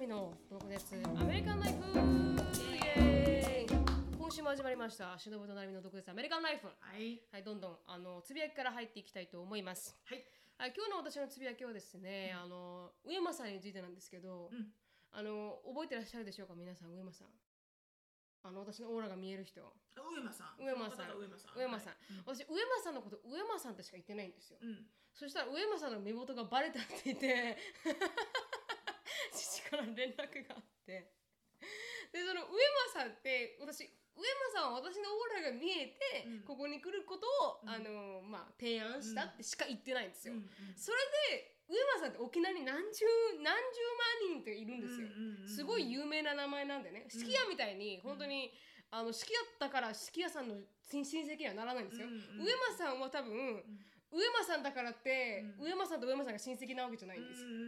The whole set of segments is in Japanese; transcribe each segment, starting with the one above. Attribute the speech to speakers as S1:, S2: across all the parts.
S1: ミのこのですアメリカンライフイエーイ今週も始まりましたしのぶとなるみの毒舌アメリカンライフ
S2: はい。
S1: はいどんどんあのつぶやきから入っていきたいと思います
S2: はい。
S1: はい今日の私のつぶやきはですね、あの上間さんについてなんですけど、
S2: うん
S1: あの覚えてらっしゃるでしょうか皆さん上間さんあの私のオーラが見える人
S2: あ上間さん。
S1: 上間さん
S2: その方が上間
S1: 上間さん
S2: さん。はいうん
S1: 私上間さんのこと上間さんってしか言ってないんですよ
S2: うん。
S1: そしたら上間さんの身元がバレたって言って 父から連絡があってでその上間さんって私上間さんは私のオーラが見えて、
S2: うん
S1: ここに来ることを、
S2: うん
S1: あのまあ、提案したってしか言ってないんですよ、
S2: うんうん
S1: それで上間さんって沖縄に何十何十万人っているんですよ、
S2: うんうんうん
S1: すごい有名な名前なんでね
S2: うん
S1: すき家みたいに本当に、あのすき家だったからすき家さんの親親戚にはならないんですよ、
S2: うんうん
S1: 上間さんは多分、上間さんだからって、
S2: うん
S1: 上間さんと上間さんが親戚なわけじゃない
S2: うん
S1: んですよ、
S2: うんうんう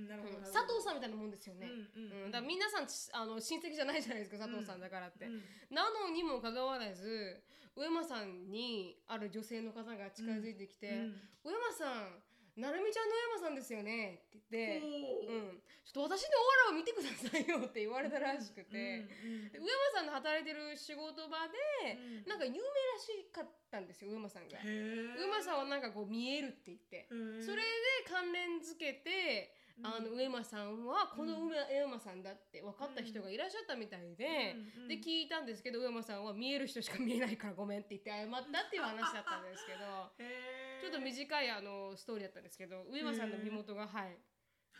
S2: んなるほど
S1: うん
S2: なるほど。
S1: 佐藤さんみたいなもんですよね、
S2: う
S1: うん
S2: んうん。
S1: だから皆さんちあの親戚じゃないじゃないですか佐藤さんだからって、
S2: うん
S1: なのにもかかわらず上間さんにある女性の方が近づいてきて「
S2: うん
S1: 上間さんなるみちゃんの上間さんですよね」って言って「
S2: お
S1: う
S2: ー
S1: ん、ちょっと私のオーラを見てくださいよ」って言われたらしくて、
S2: うんうん
S1: で上間さんの働いてる仕事場で、
S2: うん
S1: なんか有名らしかったんですよ上間さんが。
S2: へー
S1: 上間さんはなんかこう見えるって言って、
S2: へー
S1: それで関連づけて、
S2: うん
S1: あの上間さんはこの上,、上間さんだって分かった人がいらっしゃったみたいで、
S2: うんうん
S1: で聞いたんですけど上間さんは見える人しか見えないからごめんって言って謝ったっていう話だったんですけど
S2: へー
S1: ちょっと短いあのストーリーだったんですけど上間さんの身元がはい。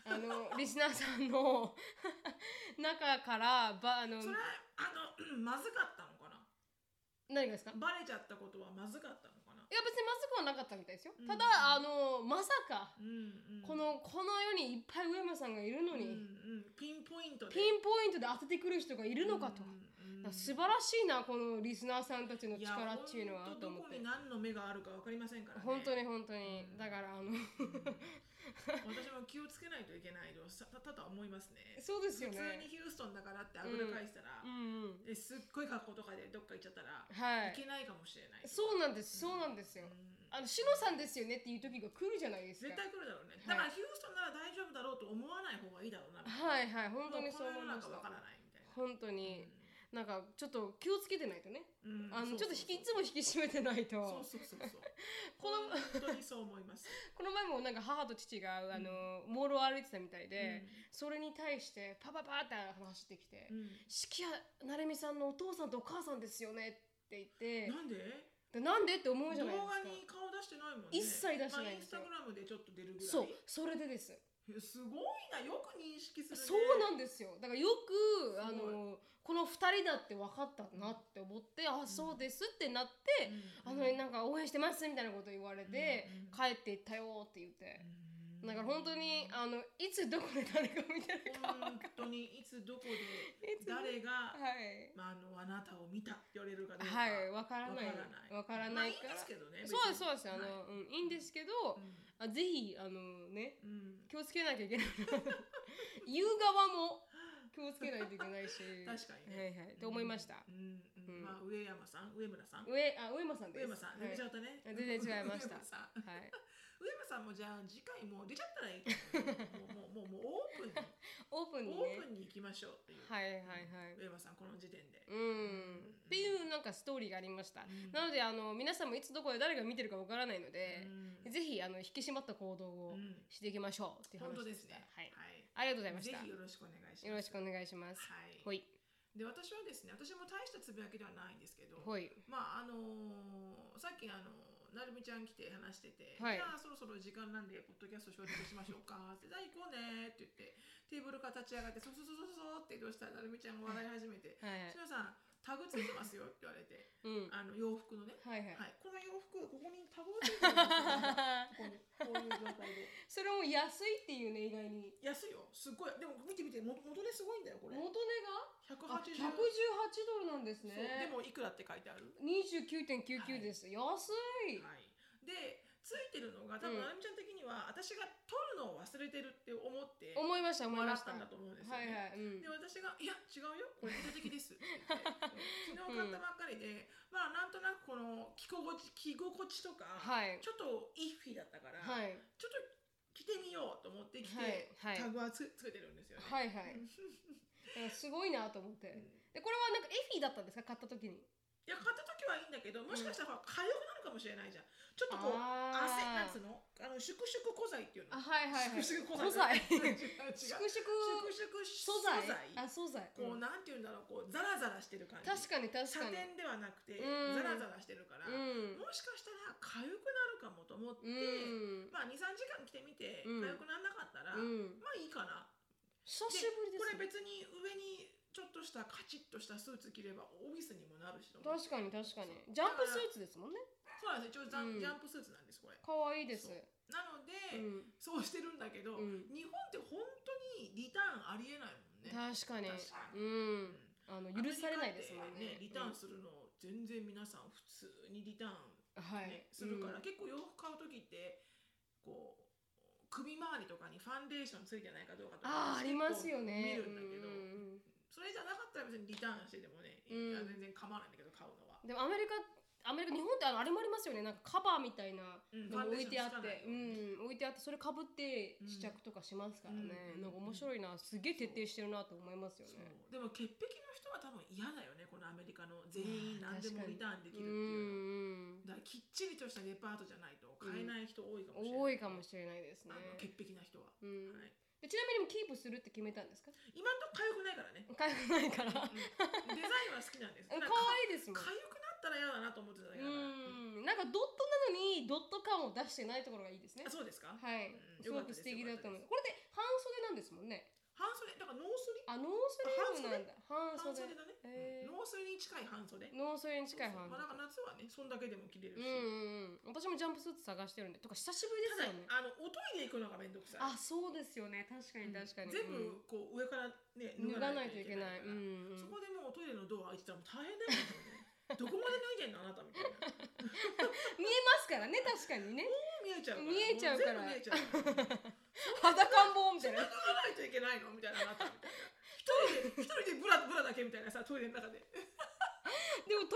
S1: あ のリスナーさんの 中からばあの
S2: それあのまずかったのかな。
S1: 何がですか
S2: バレちゃったことはまずかったのかな。
S1: いや別にまずくはなかったみたいですよ、
S2: うん
S1: ただあのまさか
S2: うんうん。
S1: このこの世にいっぱい上間さんがいるの
S2: う
S1: に、
S2: んうんピンポイントで。
S1: ピンポイントで当ててくる人がいるのかと、
S2: うんうん
S1: だから素晴らしいなこのリスナーさんたちの
S2: いや
S1: 力っていうのは
S2: ほん
S1: と
S2: ど
S1: 思
S2: こ
S1: って
S2: に何の目があるかわかりませんからね。
S1: 本当に本当に、
S2: うん
S1: だからあの
S2: 私も気をつけないといけないとさただ思いますね。
S1: そうですよね
S2: 普通にヒューストンだからってあぐらかいてたら、
S1: うんうん
S2: ですっごい格好とかでどっか行っちゃったら、
S1: はい
S2: けないかもしれない。
S1: そうなんですそうなんですよ、
S2: ん
S1: あのしのさんですよねっていう時が来るじゃないですか
S2: 絶対来るだろうね。
S1: い
S2: だからヒューストンなら大丈夫だろうと思わない方がいいだろうな。
S1: はいはい本当
S2: も
S1: に
S2: うこ
S1: そ
S2: の
S1: う思
S2: 世
S1: い
S2: の
S1: まし
S2: 中わから
S1: た
S2: ないみたいな。
S1: 本当に、なんかちょっと気をつけてないとね、
S2: うん
S1: あのちょっと引きいつ
S2: も
S1: も引き締めてないと
S2: そうそうそうそう。
S1: この
S2: 本当にそう思います。
S1: この前もなんか母と父があの、モールを歩いてたみたい で、
S2: うん
S1: それに対してパパパって走ってきて
S2: うん
S1: 「四季谷成美さんのお父さんとお母さんですよね」って言って
S2: なんで？
S1: でなんでって思うじゃない
S2: 動画
S1: で
S2: に
S1: すか
S2: 顔出してないもんね
S1: 一切出してない
S2: まあ、
S1: で
S2: インス
S1: すよ
S2: タグラムでちょっと出るぐらい
S1: そうそれでです
S2: えすごいなよく認識するね
S1: そうなんですよだからよ
S2: ごい
S1: くあのこの2人だって分かったなって思って「あそうです」ってなって「あのなんか応援してます」みたいなこと言われて
S2: うんうん
S1: 帰っていったよって言って
S2: うん
S1: だから本当にあのいつどこで誰が見てるか
S2: 本当にいつどこ で誰が、
S1: はい
S2: まあ、あのあなたを見たって言われるかどうか
S1: はい、わからない。
S2: わ
S1: わ
S2: か
S1: からら
S2: な
S1: ないい。から
S2: まあ、いいんですけどね別に
S1: そうです、そうです、あ
S2: はい
S1: の、うん、いいんですけど、
S2: ん
S1: あ、ぜひ、あの、ね。
S2: うん、
S1: 気をつけなきゃいけない。 言う側も。気をつけないといけないし。
S2: 確かにね
S1: はい、はい、と思いました
S2: う。んうんまあ、上山さん上村さん
S1: 上、あ、上間さんです。
S2: 上山さん、
S1: はい
S2: 出ちゃったね
S1: 全然違いまし
S2: 上
S1: た。
S2: 山さん
S1: はい。
S2: 上山さんもじゃあ次回もう出ちゃったらいいと思う もうもうもうもうオープンに
S1: オープンにね
S2: オープ。ンに行きましょうっていう、
S1: はい、はい、はい。
S2: 上山さんこの時点で、
S1: うん、っていうなんかストーリーがありました、なのであの皆さんもいつどこで誰が見てるかわからないので、ぜひあの引き締まった行動を
S2: ん
S1: していきましょうっていう
S2: 本当
S1: 話
S2: で
S1: ですした、
S2: ね
S1: はい、
S2: はい
S1: ありがとうございまし
S2: ぜ
S1: た
S2: ひよ
S1: よ
S2: ろしくお願いします
S1: ろしくお願いします
S2: はい
S1: ほい
S2: で私はですね私も大したつぶやきではないんですけど
S1: ほい
S2: まああのーさっきあのーなるみちゃん来て話してて、
S1: はい
S2: じゃあそろそろ時間なんでポッドキャスト消毒しましょうかって「じゃあ行こうね」って言ってテーブルから立ち上がって「そうそうそうそうそう」って移動したらなるみちゃんが笑い始めて
S1: はいは
S2: 「
S1: い
S2: しのさんタグついてますよ」って言われて、
S1: うん
S2: あの洋服のね、
S1: はいはい
S2: この洋服ここにタグついてるんですよここにこういう状態で
S1: それも安いっていうね意外に
S2: 安いよすっごいでも見て見ても元値すごいんだよこれ
S1: 元値があ
S2: 180
S1: 118ドルなんです
S2: そうで
S1: ね
S2: もいくらって書いてある
S1: 29.99です、安い、
S2: はい、でついてるのが多
S1: う
S2: 分
S1: ん
S2: あゆみちゃん的には、私が取るのを忘れてるって思って
S1: 思いました思いました
S2: 笑ったんだと思うんですよね
S1: はいはい、うん
S2: で、私が「いや違うよこれ意図的です」って言 って昨日買ったばっかりで、まあなんとなくこの着心地着心地とか、
S1: はい
S2: ちょっとイッフィだったから、
S1: はい
S2: ちょっと着着てみようと思って着て、
S1: はいはい
S2: タグはつつけてるんですよね。
S1: はいはい
S2: うん
S1: なんかすごいなと思って
S2: うん
S1: でこれはなんかエフィだったんですか買った時に
S2: いや買った時はいいんだけどもしかしたらほら火薬なのかもしれないじゃんちょっとこう
S1: あ
S2: 汗なんつ
S1: ー
S2: うのあの粛々古材っていう
S1: あ
S2: の
S1: はいはい はい
S2: 粛々
S1: 素
S2: 古材
S1: 材
S2: 違う 違う
S1: 粛
S2: 粛々
S1: 々
S2: 素
S1: 素材
S2: 材
S1: あ素材、
S2: こ
S1: う
S2: うんなんていうんだろうこうザラザラしてる感じ
S1: 確かに確
S2: サ
S1: かに
S2: テンではなくて
S1: うん
S2: ザラザラしてるから、
S1: うん
S2: もしかしたら痒くなるかもと思って、
S1: うん
S2: まあ23時間着てみて
S1: うん
S2: 痒くならなかったら、
S1: うん
S2: まあいいかな
S1: 久しぶりで
S2: これ
S1: すね
S2: 別に上にちょっとしたカチッとしたスーツ着ればオフィスにもなるしと思って
S1: 確かに確かにジャンプスーツですもんね
S2: そうなんですよ一応ジャ,、
S1: うん
S2: ジャンプスーツなんですこれ
S1: 可愛いです
S2: そうなの
S1: う
S2: で、
S1: ん
S2: そうしてるんだけど、
S1: うん
S2: 日本って本当にリターンありえないもんね。
S1: 確かに
S2: 確か
S1: う
S2: に
S1: ん
S2: うん
S1: あの許されないですもんね
S2: アメリカってリターンするの全然皆さん普通にリターン、
S1: うんは
S2: ね
S1: い
S2: するから、
S1: うん
S2: 結構洋服買う時ってこう首周りとかにファンデーションついてないかどうかと
S1: あ
S2: か
S1: ーありますよね
S2: 結構見るんだけど、
S1: うんうんうん
S2: それじゃなかったら別にリターンしててもね、
S1: うん
S2: あ全然構わないんだけど買うのは。
S1: でもアメリカアメリカ日本ってあのあれもありますよねなんかカバーみたいな
S2: うん
S1: のも置いてあ
S2: ファ
S1: っ
S2: ンデ
S1: てうん置いて
S2: ーションつかないように
S1: あってそれかぶって
S2: うん
S1: 試着とかしますからね
S2: うん
S1: なんか面白いなすげえ徹底してるなと思いますよ
S2: そう
S1: ね
S2: でも潔癖の人は多分嫌だよねこのアメリカの全員何でもリターンで
S1: う
S2: きるっていうの
S1: ん
S2: はだからきっちりとしたデパートじゃないと買えない人多いかもしれない、
S1: 多いかもしれないですね
S2: あの潔癖な人は、
S1: うん
S2: はい、
S1: でちなみにキープするって決めたんですか
S2: 今んとこ痒くないからね、
S1: 買えないから可
S2: うんデザインは好きなんです
S1: 愛
S2: なんか
S1: いですもん
S2: 痒くなったら嫌だなと思ってただけだから、
S1: うんなんかドットなのにドット感を出してないところがいいですね
S2: あそうです
S1: は
S2: か、
S1: い
S2: うん
S1: すごく素敵だと思い
S2: よか
S1: ますこれ
S2: ったで
S1: で半袖なんですもんね
S2: 半袖だからノースリ
S1: あノースリーブなんだ半
S2: 半
S1: 袖
S2: 袖だね、
S1: へー
S2: ノースリに近い半袖
S1: ノースリーに近い半
S2: そうそう
S1: 袖
S2: まあ、なんか夏はねそんだけでも着れ
S1: う
S2: るし、
S1: んうんうん私もジャンプスーツ探してるんでとか久しぶり
S2: た
S1: ですよ
S2: だ
S1: ね
S2: あのおトイレ行くのがめんどくさ
S1: あ
S2: い
S1: そうですよね確か
S2: う
S1: に
S2: ん
S1: 確かに
S2: 全部こう上からね
S1: うん脱がないといけない
S2: か
S1: う
S2: ら
S1: んうん
S2: そこでもうトイレのドア開いてたらもう大変だよね どこまで脱いでんのあなたみたいな
S1: 見えますからね確かに ね
S2: 見えちゃうから
S1: 見えちゃうから
S2: も全部見えちゃう から
S1: 裸ん坊みたいな
S2: 脱がないといけないのみたいなあなたみたいな一人で一人でブラブラだけみたいなさトイレの中で
S1: でも時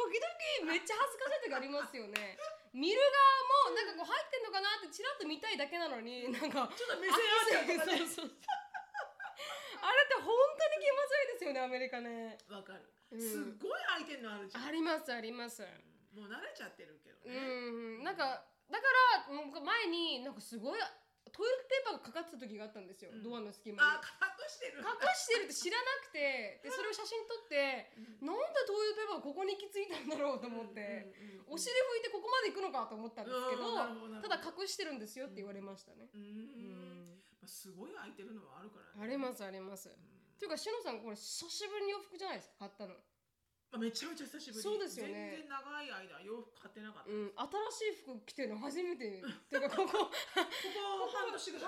S1: 々めっちゃ恥ずかしい時ありますよね見る側もなんかこう入ってんのかなってチラッと見たいだけなのになんか
S2: ちょっと目線合っちゃうとかね
S1: そうそうそうあれって本当に気まずいですよねアメリカね
S2: わかる、
S1: うん
S2: すっごい開いてんのあるじゃ
S1: あ
S2: ん
S1: りますあります
S2: もう慣れちゃってるけど
S1: う
S2: ね、
S1: んなんかだからなんか前になんかすごいトイレットペーパーがかかってた時があったんですよ、
S2: うん
S1: ドアの隙間に
S2: あ隠してる
S1: 隠してるって知らなくてでそれを写真撮ってなんでトイレットペーパーがここに行き着いたんだろうと思って、お尻拭いて
S2: で
S1: ここまで行くのかと思ったんですけど、ただ
S2: か
S1: 隠してるんですよって言われましたね。
S2: う、
S1: うんん
S2: まあ、すごい開いてるのはあるからね
S1: ありますあります。
S2: うん
S1: というかしのさんこれ久しぶりに洋服じゃないですか買ったの。
S2: まあ、めちゃめちゃ久し
S1: そう
S2: ぶり
S1: ですよね
S2: 全然長い間洋服買ってなかった、
S1: う
S2: こ
S1: ん新しい服着てるの初め て。というかここ
S2: こ半年ぐ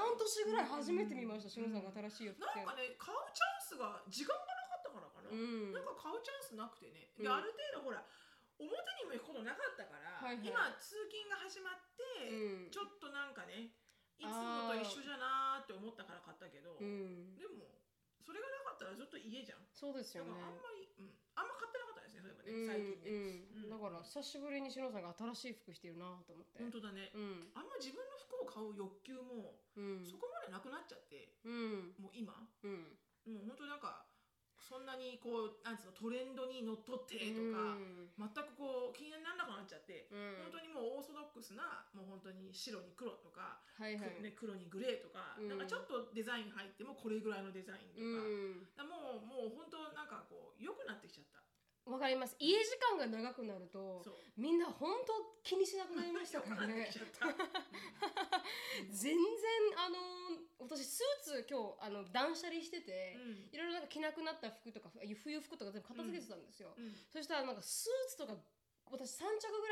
S2: らい
S1: 半年ぐらい初めて見ましたしのさんが新しい洋服着てる
S2: なんか
S1: の。
S2: ね買うチャンスが時間がなかったからかな、
S1: うん
S2: なんか買うチャンスなくてね
S1: う
S2: で、
S1: ん
S2: ある程度ほら表にも行くことなかったから、
S1: はいはい
S2: 今通勤が始まって、
S1: うん
S2: ちょっとなんかねいつもと一緒じゃなーって思ったから買ったけど、
S1: うん
S2: でもそれがなかったらずっと家じゃん
S1: そうです
S2: だ
S1: よ
S2: か
S1: ね。
S2: らあんまり、うん、あんま買ってなかったですねそういえば
S1: う
S2: ね
S1: ん
S2: 最近ね、
S1: うんだから久しぶりにしのさんが新しい服着てるなと思って。
S2: 本当だね、
S1: うん
S2: あんま自分の服を買う欲求も
S1: うん
S2: そこまでなくなっちゃって、
S1: うん
S2: もう今、も
S1: うん。
S2: う本当なんか、そんなにこう、なんつうの、トレンドにのっとってと
S1: う
S2: か、
S1: ん
S2: 全くこう、気にならなくなっちゃって、
S1: うん
S2: 本当にもうオーソドックスな、もう本当に白に黒とか、
S1: はいはい。
S2: くね、黒にグレーとか、
S1: うん
S2: なんかちょっとデザイン入ってもこれぐらいのデザインと
S1: う
S2: か、
S1: ん。
S2: だからもう、もう本当なんかこう、良くなってきちゃった。
S1: わかります。家時間が長くなると、
S2: そう。
S1: みんな本当気にしなくなりました
S2: 良く
S1: から
S2: なって
S1: ね
S2: き。ちゃった。
S1: 全然あのー私スーツ今日あの断捨離してて、
S2: うん
S1: いろいろなんか着なくなった服とかあ冬服とか全部片付けてたんですよ。
S2: うん
S1: そしたらなんかスーツとか私3着ぐ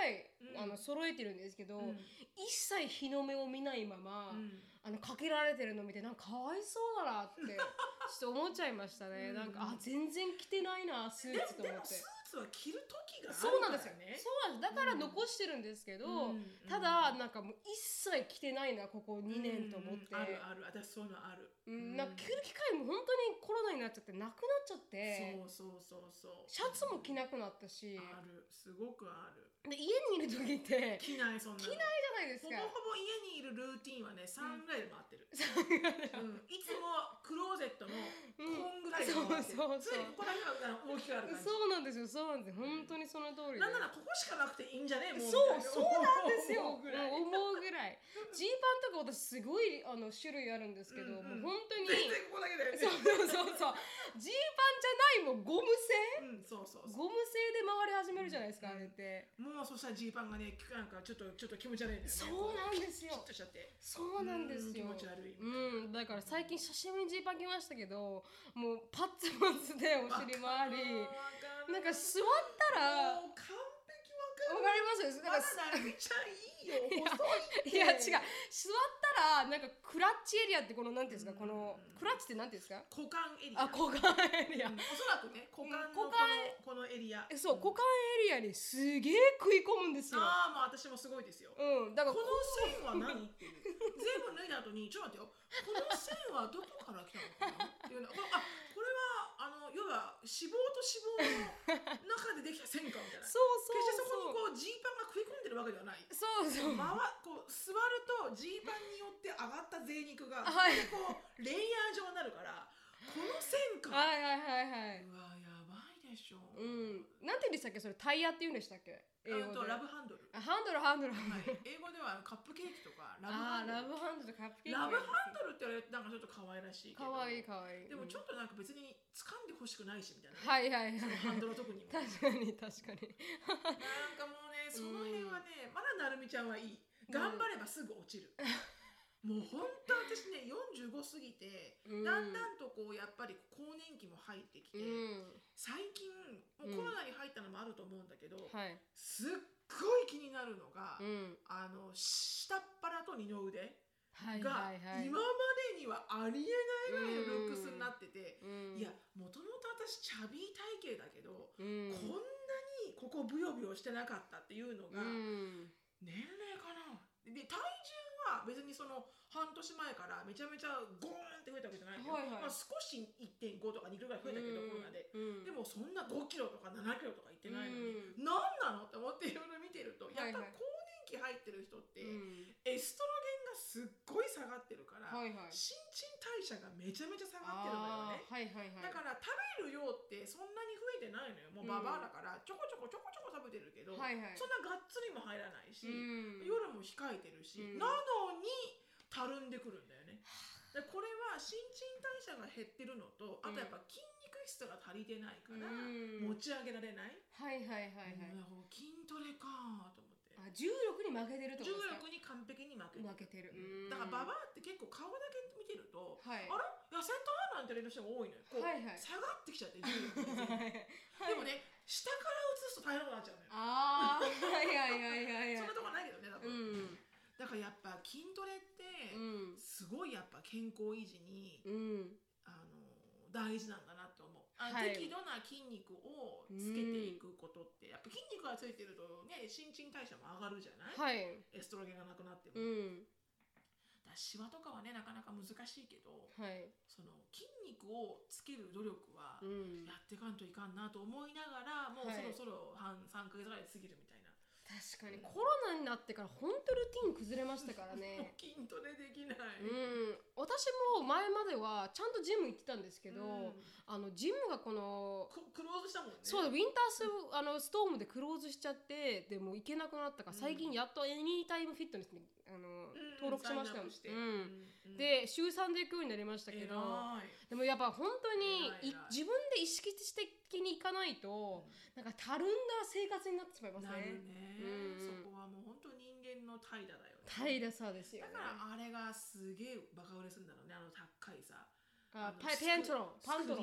S1: らい、
S2: う
S1: あ
S2: ん
S1: の揃えてるんですけど、
S2: うん
S1: 一切日の目を見ないまま、
S2: うん
S1: あのかけられてるの見てなんかかわいそうだな ってちょっと思っちゃいましたね、
S2: うん
S1: なんかあ全然着てないなスー
S2: でも
S1: ツと
S2: で
S1: 思っ
S2: も
S1: て
S2: スーツは着る時がある
S1: そうなんで
S2: から
S1: すよ
S2: ね。
S1: そうなんですだから残してるんですけど、ただなんかもう一切着てないなここ2年と思って、
S2: うんあるある私そういうのある、
S1: うんなんか着る機会も本当にコロナになっちゃってなくなっちゃって
S2: そうそうそうそう
S1: シャツも着
S2: い
S1: なくなったし
S2: あるすごくある
S1: で家にいる時って
S2: 着ないそんなの
S1: 着ないじゃないです
S2: ほ
S1: か
S2: ぼほぼ家にいるるルーティンはね3ぐらいで回ってる、うんいつもクローゼットのこんぐらいで回ってる、
S1: うんそうそうそう
S2: 常にここだけが大きくある感じ
S1: そうなんですよそうなんですよ本当にその通りで
S2: なんならここしかなくていいんじゃねもう
S1: そう
S2: みたい
S1: そうなんですよ
S2: 思うぐらい
S1: もう思うぐらいジーパンとか私すごいあの種類あるんですけど、
S2: うんうん
S1: もう本当に
S2: 全然ここだけだよね
S1: そうそうそうそうジーパンじゃないもうゴム製
S2: うんそうそうそう
S1: ゴム製で回り始めるじゃないですか、
S2: うん
S1: あれって
S2: もうそしたらジーパンがねなんかちょっとちょっと気持ち悪いんだよね
S1: そうなんですよ
S2: こうピシッとしちゃって
S1: そうなんですよ
S2: うーん気持ち悪い
S1: うん、だから最近写真にジーパン着ましたけどもうパッツパツでお尻回りなんか座ったらわか
S2: もう完璧わかる
S1: ります
S2: ま
S1: なん
S2: だ
S1: か
S2: なるみちゃんいいよ細いって
S1: いや違う座ったらなんかクラッチエリアってこのなんていうんですかこの
S2: うん
S1: クラッチってなんていうんですか
S2: 股間エリア
S1: あ股間エリア
S2: うんおそらくね股間の
S1: 股
S2: こ
S1: 間
S2: のこのエリア
S1: えそう股間エリアにすげえ食い込むんですよ
S2: ああまあ私もすごいですよ
S1: うんだか
S2: こ
S1: ら
S2: の線は何っていう全部脱いだ後にちょっと待ってよこの線はどこから来たのかなっていうのこれあこれはあの要は脂肪と脂肪の中でできた線かみたいな
S1: そう
S2: 決してそ
S1: そう
S2: こにこうジーパンが食い込んでるわけではない
S1: そうそうそう
S2: まわこう座るとジーパンによって上がった贅肉が、
S1: はい
S2: でこうレイヤー状になるからこの線か、
S1: はいはいはいはいう
S2: わやばいでしょ
S1: うんなんて言うんでしたっけそれタイヤって言うんでしたっけ英
S2: あ
S1: 語
S2: と
S1: で
S2: ラブハンドル、
S1: あハンドルハンドル
S2: はい、英語ではカップケーキとかラブハ
S1: あーラブハ
S2: ンドル
S1: ンドルとカップケーキ
S2: ラブハンドルって言われるとなんかちょっと可愛らしいけ
S1: か
S2: ど
S1: わいいかわいい
S2: でもちょ
S1: っ
S2: っとなんか別に掴んでほしくないしみたいな、
S1: はいはいはい
S2: そのハンドルは特にもなん
S1: 確かに確かに
S2: かもうねその辺はねまだなるみちゃんはいい頑張ればすぐ落ちる、もう本当私ね45過ぎて
S1: うん
S2: だんだんとこうやっぱり更年期も入ってきて、
S1: うん
S2: 最近もうコロナに入ったのもあると思うんだけど、
S1: はい
S2: すっごい気になるのが、
S1: うん
S2: あの下っ腹と二の腕
S1: はい
S2: が
S1: はいはい
S2: 今までにはありえないぐらいのルックスになってて、
S1: うん
S2: いやもともと私チャビー体型だけど、
S1: うん
S2: こんなにここブヨブヨしてなかったっていうのが、
S1: うん
S2: 年齢かなで体重は別にその半年前からめちゃめちゃゴーンって増えたわけじゃないけど、
S1: はいはい
S2: まあ、少し1.5とか2キロぐらい増えたけど、コロナで。
S1: うん
S2: でもそんな5キロとか7キロとかいってないの
S1: う
S2: に、何なのって思っていろいろ見てるとやっぱ
S1: はいはい
S2: 更年期入ってる人って、
S1: うん
S2: エストロゲンがすっごい下がってるから、
S1: はいはい
S2: 新陳代謝がめちゃめちゃ下がってる
S1: あ
S2: の
S1: ー
S2: よね。
S1: はいはいはい
S2: だから食べる量ってそんなに増えてないのよもうババアだからちょこちょこちょこちょこ食べてるけど、
S1: はいはい
S2: そんながっつりも入らないし、
S1: うん
S2: 夜も控えてるし、
S1: うん
S2: なのにたるんでくるんだよね。でこれは新陳代謝が減ってるのとあとやっぱ筋肉質が足りてないから
S1: うん
S2: 持ち上げられない、
S1: はいはいはいはい
S2: うんだから筋トレかと思って
S1: あ重力に負けてるってこ
S2: 重
S1: とですか
S2: 力に完璧に負けて
S1: 負けて
S2: る
S1: るうん
S2: だからババアって結構顔だけ見てると、
S1: はい
S2: あら痩せたなんて言われる人が多いのよこう、
S1: はいはい
S2: 下がってきちゃって重力が全然でもね下から映すと大変なことになっち
S1: ああはいはいはいはい
S2: ゃうのよそ
S1: はい
S2: んなとこないけどね多
S1: うん
S2: 分、だからやっぱ筋トレって、
S1: うん
S2: すごいやっぱ健康維持に、
S1: うん
S2: あの大事なんだなって思う、あ
S1: はい
S2: 適度な筋肉をつけていくことってやっぱ筋肉がついてるとね新陳代謝も上がるじゃない、
S1: はい
S2: エストロゲンがなくなって
S1: う
S2: も、
S1: ん
S2: だからシワとかはねなかなか難しいけど
S1: はい
S2: その筋肉をつける努力は
S1: うん
S2: やっていかんといかんなと思いながら、もう
S1: はい
S2: そろそろ半3ヶ月ぐらい過ぎるみたいな、
S1: 確かにコロナになってから本当ルーティン崩れましたから
S2: も
S1: ね
S2: う筋トレできな
S1: う
S2: い、
S1: ん私も前まではちゃんとジム行ってたんですけど、
S2: うん
S1: あのジムがこの
S2: こクローズしたもんね
S1: そうウィンタースあのストームでクローズしちゃってでもう行けなくなったから
S2: うん
S1: 最近やっとエニータイムフィットネスにあの
S2: うん
S1: 登録しましたよ、
S2: サインアップして
S1: うん、
S2: うん
S1: で週3で行くようになりましたけ
S2: 偉い
S1: どでもやっぱ本当に
S2: 偉い偉い
S1: い自分で意識的に行かないとなんかたるんだ生活になってしまいます
S2: なる
S1: ね。
S2: ね、
S1: うん
S2: そこはもう本当人間の怠惰だよね
S1: 怠惰さですよ
S2: だ
S1: ね。
S2: からあれがすげえバカ売れするんだろうねあの高いさ
S1: あ
S2: あの
S1: パ
S2: スク
S1: ペントロンパント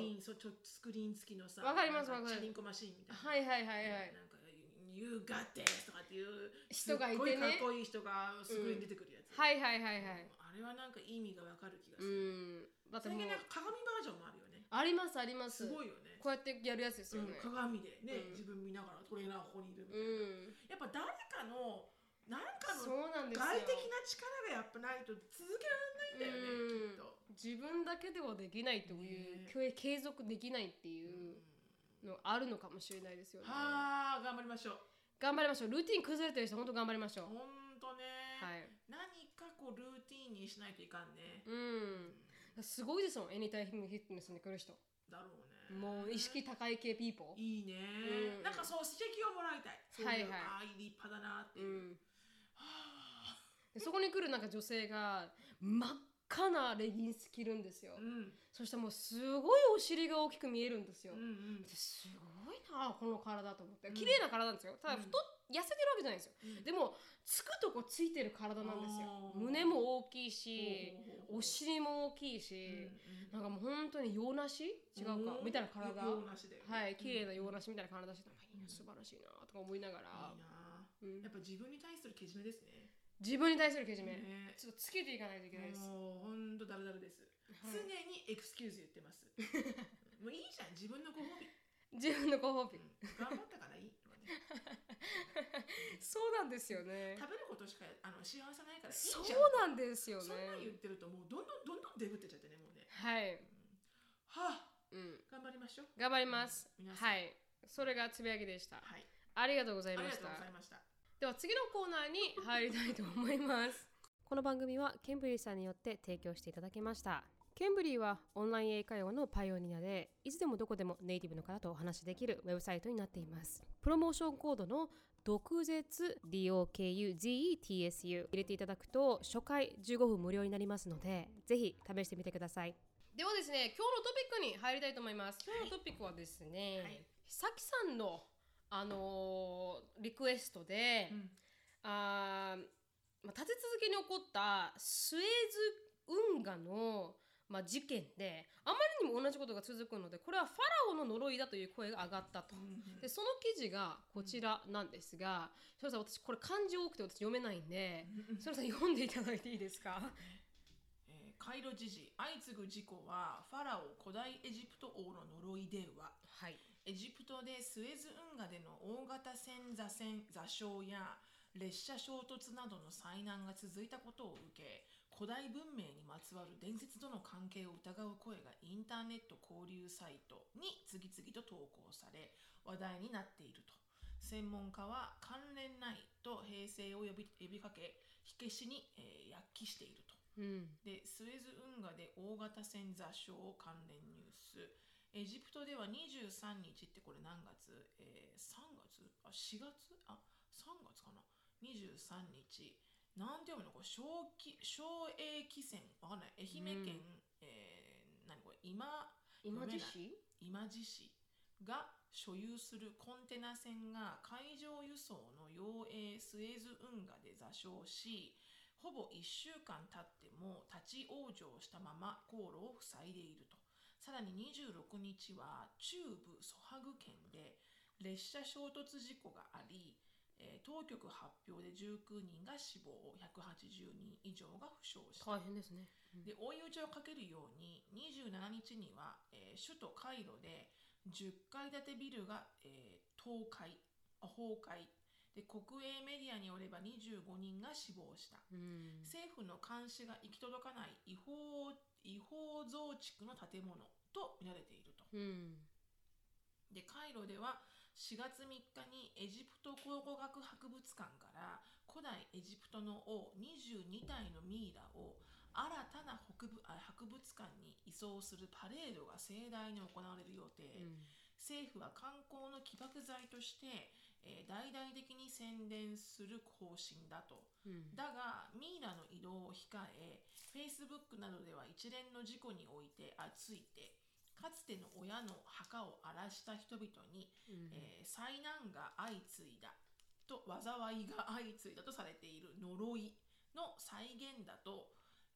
S2: スク
S1: ロン。
S2: リーンそうちょスクリーン付きのさ
S1: わかります
S2: なん
S1: わかる
S2: チャリンコマシーンみたいな
S1: はいはいはいはい。
S2: なんか「You got this」とかっていう
S1: 人がいてね
S2: すっごいかっこいい人がすごい出てくるやつ、
S1: はいはいはいはい。
S2: あれはなんか意味がわかる気がす
S1: うん。
S2: る、
S1: だって
S2: 最
S1: もう
S2: 近なんか鏡バージョンもあるよね
S1: ありますあります。
S2: す
S1: こ
S2: ごいよね
S1: うやってやるやつですよね
S2: うん。鏡でね、
S1: うん
S2: 自分見ながらトレーナーここにいるみ
S1: うん。
S2: たいな、やっぱ誰かのなんか
S1: そ
S2: の
S1: うなんですよ。
S2: 外的な力がやっぱないと続けられないんだよね、
S1: うん
S2: きっと、
S1: 自分だけではできないという、
S2: ね
S1: 継継続できないっていうのあるのかもしれないですよね。
S2: はあ頑張りましょう
S1: 頑張りましょう。ルーティン崩れてる人本当頑張りましょう。
S2: ほんとね、
S1: はい。
S2: 何かこうルーいにしないといかんね、
S1: うんすごいですもんエニタイヒンヒットネスに来る人
S2: だろうね
S1: もう意識高い系ピーポー
S2: いいね、
S1: うん
S2: なんかそう刺激をもらいたいそうう
S1: はいはい
S2: ああ立派だなって
S1: う
S2: いう、
S1: ん
S2: はあ
S1: でそこに来るなんか女性が真っ赤なレギンス着るんですよ、
S2: うん
S1: そしてもうすごいお尻が大きく見えるんですよ、
S2: うんうん
S1: すごいなこの体と思って
S2: うん
S1: 綺麗な体なんですよただ
S2: うん
S1: 太っ痩せてるわけじゃないんですよでもつくとこついてる体なんですよ
S2: あー
S1: 胸も大きいし
S2: ほうほうほう
S1: お尻も大きい
S2: うん
S1: し
S2: う、
S1: な
S2: ん
S1: んかもう本当に洋梨違うか
S2: うん
S1: みたいな体
S2: よ洋梨だよね
S1: はい綺麗な洋
S2: うんい
S1: 梨みたいな体してなんかいいな素晴らしいなとか思いながら、
S2: いな
S1: うん
S2: やっぱ自分に対するけじめですね
S1: 自分に対するけじめ、
S2: ね
S1: ちょっとつけていかないといけないです、
S2: もうほんとダルダルです
S1: はい
S2: 常にエクスキューズ言って ますもういいじゃん自分のご褒美
S1: 自分のご褒美
S2: 頑張ったから いい、ね、
S1: そうなんですよね
S2: 食べることしかあの幸せないからいいじゃ
S1: そ
S2: ん
S1: うなんですよね
S2: そんなん言ってるともうどんどんどんどんデブってっちゃってねもうね
S1: はい、
S2: はあ
S1: うん、
S2: 頑張りましょう
S1: 頑張ります、
S2: 皆さん
S1: はいそれがつぶやきでした
S2: はい
S1: ありがとうござ
S2: あ
S1: い
S2: りが
S1: ま
S2: と
S1: し
S2: う
S1: た
S2: ございました
S1: では次のコーナーに入りたいと思いますこの番組はケンブリーさんによって提供していただきましたケンブリーはオンライン英会話のパイオニアでいつでもどこでもネイティブの方とお話しできるウェブサイトになっていますプロモーションコードの毒舌 DOKUZETSU 入れていただくと初回15分無料になりますのでぜひ試してみてくださいではですね今日のトピックに入りたいと思います今日のトピックはですね、
S2: はい
S1: さきさんのあのーリクエストで、
S2: うん
S1: あーまあ、立て続けに起こったスエズ運河の、まあ、事件であまりにも同じことが続くのでこれはファラオの呪いだという声が上がったと。でその記事がこちらなんですが、しょうさん私これ漢字多くて私読めないんで、
S2: うん
S1: しょうさん読んでいただいていいですか
S2: えーカイロ時事相次ぐ事故はファラオ古代エジプト王の呪いでは
S1: はい。
S2: エジプトでスエズ運河での大型船座船座礁や列車衝突などの災難が続いたことを受け古代文明にまつわる伝説との関係を疑う声がインターネット交流サイトに次々と投稿され話題になっていると専門家は関連ないと平成を呼び呼びかけ火消しに、えー躍起していると
S1: うん。
S2: でスエズ運河で大型船座礁関連ニュースエジプトでは23日ってこれ何月、えー、3月あ4月あ3月かな23日なんて読むのこれ正気正永記船わかんない愛媛県、えー何これ今
S1: 今
S2: 読
S1: 自
S2: め
S1: 身
S2: ない今治市が所有するコンテナ船が海上輸送の洋英スエズ運河で座礁しほぼ1週間経っても立ち往生したまま航路を塞いでいるとさらに26日は中部ソハグ県で列車衝突事故があり、えー当局発表で19人が死亡180人以上が負傷した
S1: 大変ですね。
S2: で追い打ちをかけるように27日には、えー首都カイロで10階建てビルが、えー倒壊あ崩壊で国営メディアによれば25人が死亡した
S1: うん。
S2: 政府の監視が行き届かない違法違法増築の建物と見られていると
S1: うん。
S2: でカイロでは4月3日にエジプト考古学博物館から古代エジプトの王22体のミイラを新たな北部あ博物館に移送するパレードが盛大に行われる予定、政府は観光の起爆剤として、えー大々的に宣伝する方針だと
S1: うん。
S2: だがミイラの移動を控え Facebook などでは一連の事故においてあついてかつての親の墓を荒らした人々に、
S1: うん
S2: えー災難が相次いだと災いが相次いだとされている呪いの再現だと、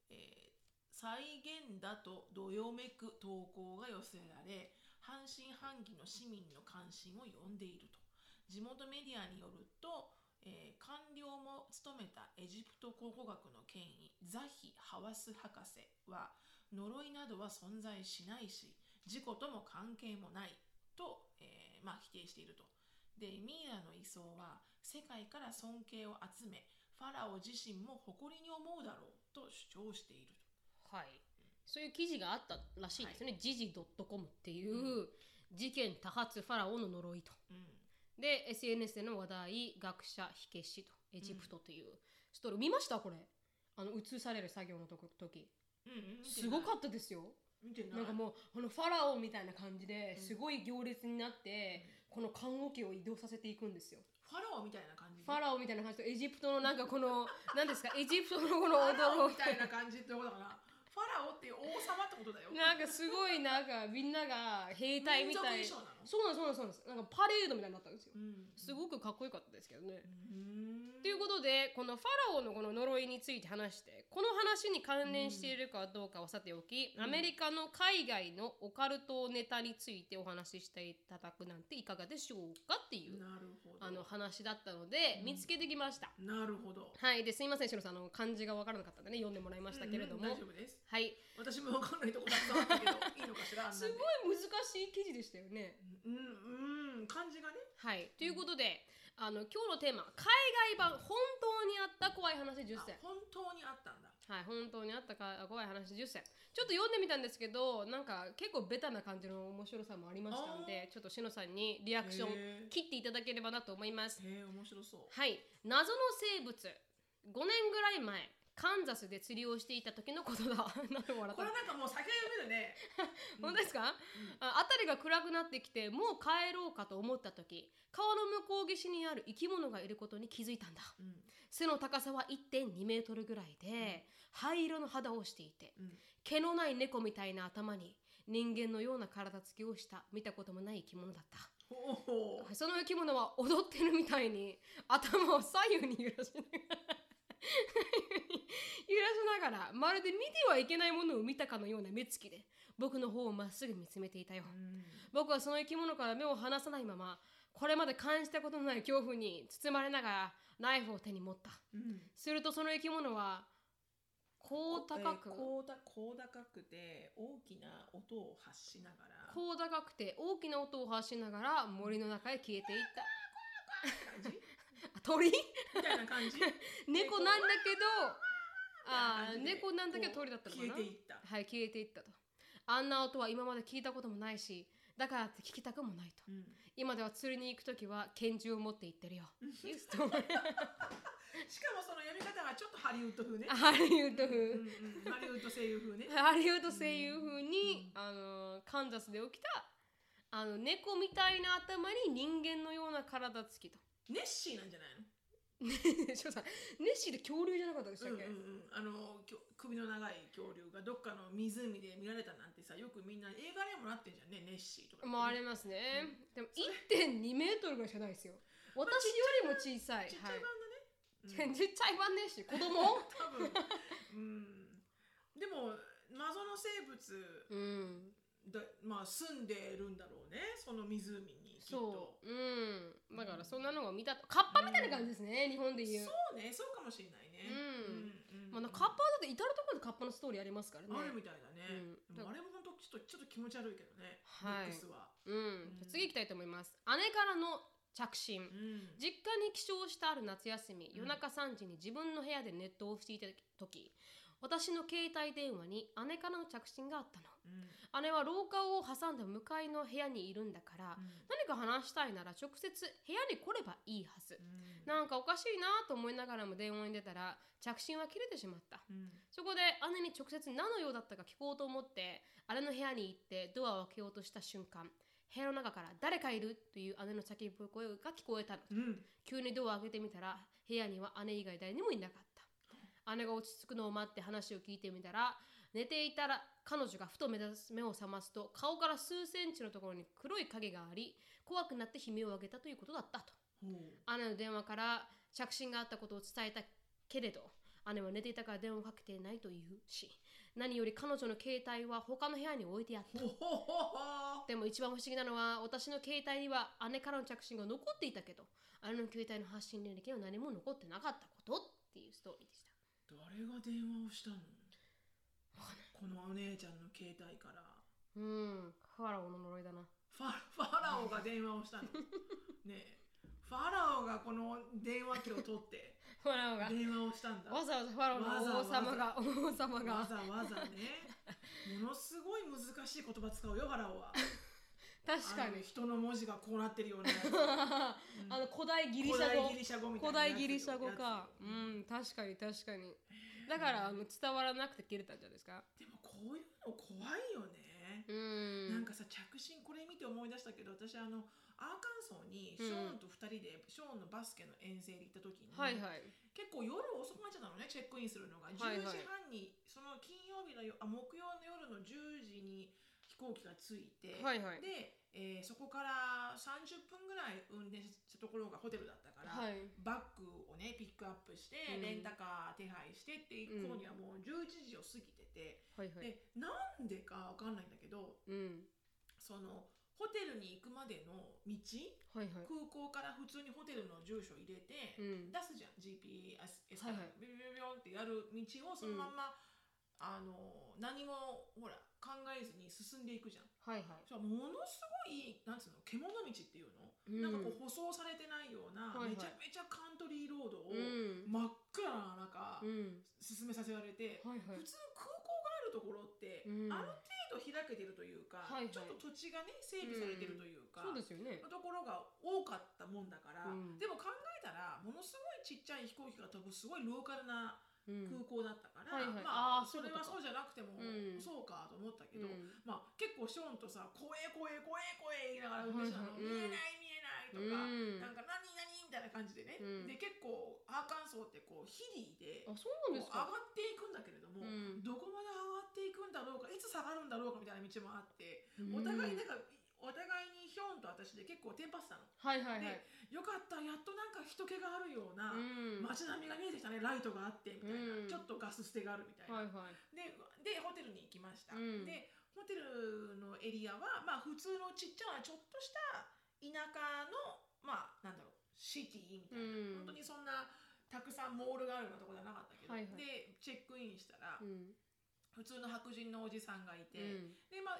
S2: えー再現だとどよめく投稿が寄せられ半信半疑の市民の関心を呼んでいると地元メディアによると、えー官僚も務めたエジプト考古学の権威ザヒ・ハワス博士は呪いなどは存在しないし事故とも関係もないと、えーまあ、否定しているとでミイラの移送は世界から尊敬を集めファラオ自身も誇りに思うだろうと主張している
S1: はい、そういう記事があったらしいですね、時事 .com っていう、
S2: う
S1: 事件多発ファラオの呪いと。
S2: と、うん
S1: で、SNS での話題、学者、火消しと、エジプトというストーリー、見ましたこれ。ああの移される作業のとこ時
S2: うんうん、
S1: すごか
S2: っ
S1: ったですよ
S2: た。見てない。
S1: なんかもうあのファラオみたいな感じで
S2: うん
S1: すごい行列になっ
S2: うん
S1: て、この棺桶を移動させていくんですよ
S2: ファラオみたいな感じ。
S1: ファラオみたいな感じとエジプトのなんかこ の何ですかエジプトのこの
S2: ファラオ
S1: 驚
S2: みたいな感じってことだから。ファラオっていう王様ってことだよ。
S1: なんかすごいなんかみんなが兵隊みたい
S2: 民族衣装なの。
S1: そうなんですそうなんですそうなんですなんかパレードみたいになったんですよ
S2: うん
S1: すごくかっこよかったですけどね
S2: うん。
S1: ということでこのファラオのこの呪いについて話してこの話に関連しているかどうかはさておき、
S2: うん
S1: アメリカの海外のオカルトネタについてお話ししていただくなんていかがでしょうかっていう
S2: なるほど。
S1: あの話だったので、
S2: うん
S1: 見つけてきました。
S2: なるほど。
S1: はい、ですいません、しろさん、あの漢字が分からなかったんでね、読んでもらいましたけれども。
S2: うんうん大丈夫です。
S1: はい、
S2: 私もわかんないとこだったんだけど、いいのかしら。あ んなんです
S1: ごい難しい記事でしたよね。
S2: うん、うん、感じがね。
S1: はい、ということで、あの今日のテーマ、海外版本当にあった怖い話10選
S2: あ。本当にあったんだ。
S1: はい、本当にあったか怖い話10選。ちょっと読んでみたんですけど、なんか結構ベタな感じの面白さもありましたんで、ちょっとしのさんにリアクション
S2: へ
S1: 切っていただければなと思います。
S2: え、へー面白そう。
S1: はい謎の生物5年ぐらい前カンザスで釣りをしていた時のことだ なんで笑っ
S2: こ
S1: た
S2: れなんかもう酒読めるね。
S1: 本当ですか、あ辺りが暗くなってきてもう帰ろうかと思った時川の向こう岸にある生き物がいることに気づいたんだ
S2: うんうん
S1: 背の高さは1.2メートルぐらいで、灰色の肌をしていて
S2: うん
S1: 毛のない猫みたいな頭に人間のような体つきをした見たこともない生き物だった
S2: ほうほう
S1: その生き物は踊ってるみたいに頭を左右に揺らしながら 揺らしながらまるで見てはいけないものを見たかのような目つきで僕の方をまっすぐ見つめていたよ
S2: うん
S1: 僕はその生き物から目を離さないままこれまで感じたことのない恐怖に包まれながらナイフを手に持った
S2: うん
S1: するとその生き物は高高く
S2: えー高た高高くて大きな音を発しながら
S1: 高高くて大きな音を発しながら森の中へ消えていった
S2: 感じ
S1: あ鳥
S2: みたいな感じ
S1: 猫なんだけど、 あ
S2: みたいな感じ
S1: ー
S2: で
S1: 猫なんだけど鳥だったのかな
S2: 消えていった
S1: はい、消えていったと。あんな音は今まで聞いたこともないし、だからって聞きたくもないと。
S2: うん
S1: 今では釣りに行くときは拳銃を持って行ってるよ。っていうストーリー
S2: しかもその読み方がちょっとハリウッド風ね
S1: ハリウッド
S2: うん
S1: 風。
S2: うんハリウッド声優風ね
S1: ハリウッド声優風に、
S2: う
S1: あのーカンザスで起きた、あの、猫みたいな頭に人間のような体つきと。
S2: ネッシーなんじゃないの
S1: 翔さん、ネッシーで恐竜じゃなかったでしたっけ、
S2: うんうんうん、あのきょ首の長い恐竜がどっかの湖で見られたなんてさよくみんな映画にもなってんじゃんねネッシーとかってね、
S1: まあありますね。でも1.2メートルぐらいしかないですよ。私よりも小さい。
S2: ちっちゃい版だね、
S1: はい。
S2: うん
S1: ちっちゃい版ねし、子供
S2: 多分うんでも謎の生物
S1: うん。
S2: だまあ住んでるんだろうねその湖にきっと
S1: そう。うん。だからそんなのが見たと。カッパみたいな感じですね、日本でいう。
S2: そうねそうかもしれないね
S1: う
S2: うんうん
S1: まあ、カッパはだって至る所でカッパのストーリーありますからね。
S2: あるみたいだね、
S1: うん
S2: でもあれも本当ちょっとちょっと気持ち悪いけどね、
S1: はい
S2: ルックスは、
S1: うん。じゃあ次行きたいと思います。姉からの着信。
S2: うん
S1: 実家に帰省したある夏休み夜中3時に自分の部屋でネットをしていた時私の携帯電話に姉からの着信があったの
S2: うん
S1: 姉は廊下を挟んで向かいの部屋にいるんだから、何か話したいなら直接部屋に来ればいいはず
S2: う、ん
S1: なんかおかしいなと思いながらも電話に出たら着信は切れてしまった
S2: うん
S1: そこで姉に直接何の用だったか聞こうと思って姉の部屋に行ってドアを開けようとした瞬間部屋の中から「誰かいる?」という姉の叫ぶ声が聞こえたの
S2: うん
S1: 急にドアを開けてみたら部屋には姉以外誰にもいなかった姉が落ち着くのを待って話を聞いてみたら寝ていたら彼女がふと目ざす目を覚ますと顔から数センチのところに黒い影があり怖くなって悲鳴を上げたということだったと
S2: ほ
S1: 姉の電話から着信があったことを伝えたけれど姉は寝ていたから電話をかけていないというし何より彼女の携帯は他の部屋に置いてあった
S2: うほほほほ
S1: でも一番不思議なのは私の携帯には姉からの着信が残っていたけど姉の携帯の発信履歴は何も残ってなかったことっていうストーリーでした
S2: 誰が電話をしたの
S1: わかん
S2: このお姉ちゃんの携帯から
S1: うんファラオの呪いだな
S2: ファファラオが電話をしたのねえファラオがこの電話機を取って
S1: ファラオが
S2: 電話をしたんだ
S1: わざわざファラオの王様が王様
S2: わ
S1: が
S2: ざわざねものすごい難しい言葉使うよファラオは
S1: 確か
S2: あの
S1: に
S2: 人の文字がこうなってるようなや つ、うん
S1: あの古代ギリシ
S2: 古
S1: ャ
S2: 代
S1: 語
S2: ギリシャ語みたい
S1: 古
S2: な
S1: 代
S2: やつ
S1: ギリシャ語
S2: や
S1: かう
S2: つよ
S1: ん確かに確かにだからあの伝わらなくて切れたんじゃないですか
S2: でもこういうの怖いよね。
S1: う
S2: なん
S1: ん
S2: かさ着信これ見て思い出したけど私あのアーカンソーにショーンと2人でショーンのバスケの遠征で行った時に、
S1: はいはい
S2: 結構夜遅くなっちゃったのねチェックインするのが、
S1: はいはい
S2: 10時半にその金曜日のよあ木曜の夜の10時に飛行機が着いて、
S1: はいはい
S2: で、えーそこから30分ぐらい運転したところがホテルだったから、
S1: はい
S2: バッグをねピックアップして、
S1: うん
S2: レンタカー手配してっていう頃にはもう11時を過ぎてて、
S1: はいはい
S2: でなんでかわかんないんだけど
S1: うん
S2: そのホテルに行くまでの道
S1: はいはい
S2: 空港から普通にホテルの住所入れて、
S1: うん
S2: 出すじゃん GPS
S1: はいはい
S2: ビュンビュンビュンってやる道をそのまんま、あの何もほら考えずに進んでいくじゃん。
S1: はいはい
S2: そしたらものすごいなんつうの獣道っていうの、
S1: うん
S2: なんかこう舗装されてないような、
S1: はいはい
S2: めちゃめちゃカントリーロードを
S1: うん
S2: 真っ暗な中、
S1: うん
S2: 進めさせられて、
S1: はいはい
S2: 普通空港があるところって、
S1: うん
S2: ある程度開けてるというか、
S1: はいはい
S2: ちょっと土地がね整備されてるというか、
S1: そうですよね
S2: のところが多かったもんだから、
S1: うん
S2: でも考えたらものすごいちっちゃい飛行機が飛ぶすごいローカルな
S1: うん
S2: 空港だったから、
S1: はいはいあ
S2: まあ
S1: ーそ
S2: そう
S1: い
S2: れ
S1: うこ
S2: は
S1: とか
S2: そうじゃなくても、
S1: うん
S2: そうかと思ったけ
S1: う
S2: ど、
S1: ん
S2: まあ、結構ショーンとさ「怖え怖え怖え怖え」言いながら運転した
S1: はい
S2: の、
S1: はいうん
S2: 見えない見えない」とか、
S1: うん
S2: なんか「何何?」みたいな感じでね、
S1: うん
S2: で結構アーカンソーってこうヒリーで。
S1: あそう
S2: こう
S1: なん
S2: 上
S1: です
S2: が
S1: か
S2: っていくんだけれども、
S1: うん
S2: どこまで上がっていくんだろうかいつ下がるんだろうかみたいな道もあって、お互いなんかお互いにヒョンと私で結構テンパってたの、
S1: はいはいはい
S2: でよかったやっとなんか人気があるような
S1: うん
S2: 街並みが見えてきたねライトがあってみた
S1: うん
S2: いな、ちょっとガス捨てがあるみたい
S1: はい
S2: な、
S1: はい
S2: ででホテルに行きました、
S1: うん
S2: でホテルのエリアはまあ普通のちっちゃなちょっとした田舎のまあなんだろうシティみた
S1: う
S2: いな、
S1: ん
S2: 本当にそんなたくさんモールがあるようなところじゃなかったけど、
S1: はいはい
S2: でチェックインしたら、
S1: うん
S2: 普通の白人のおじさんがいて、
S1: うん
S2: でまあ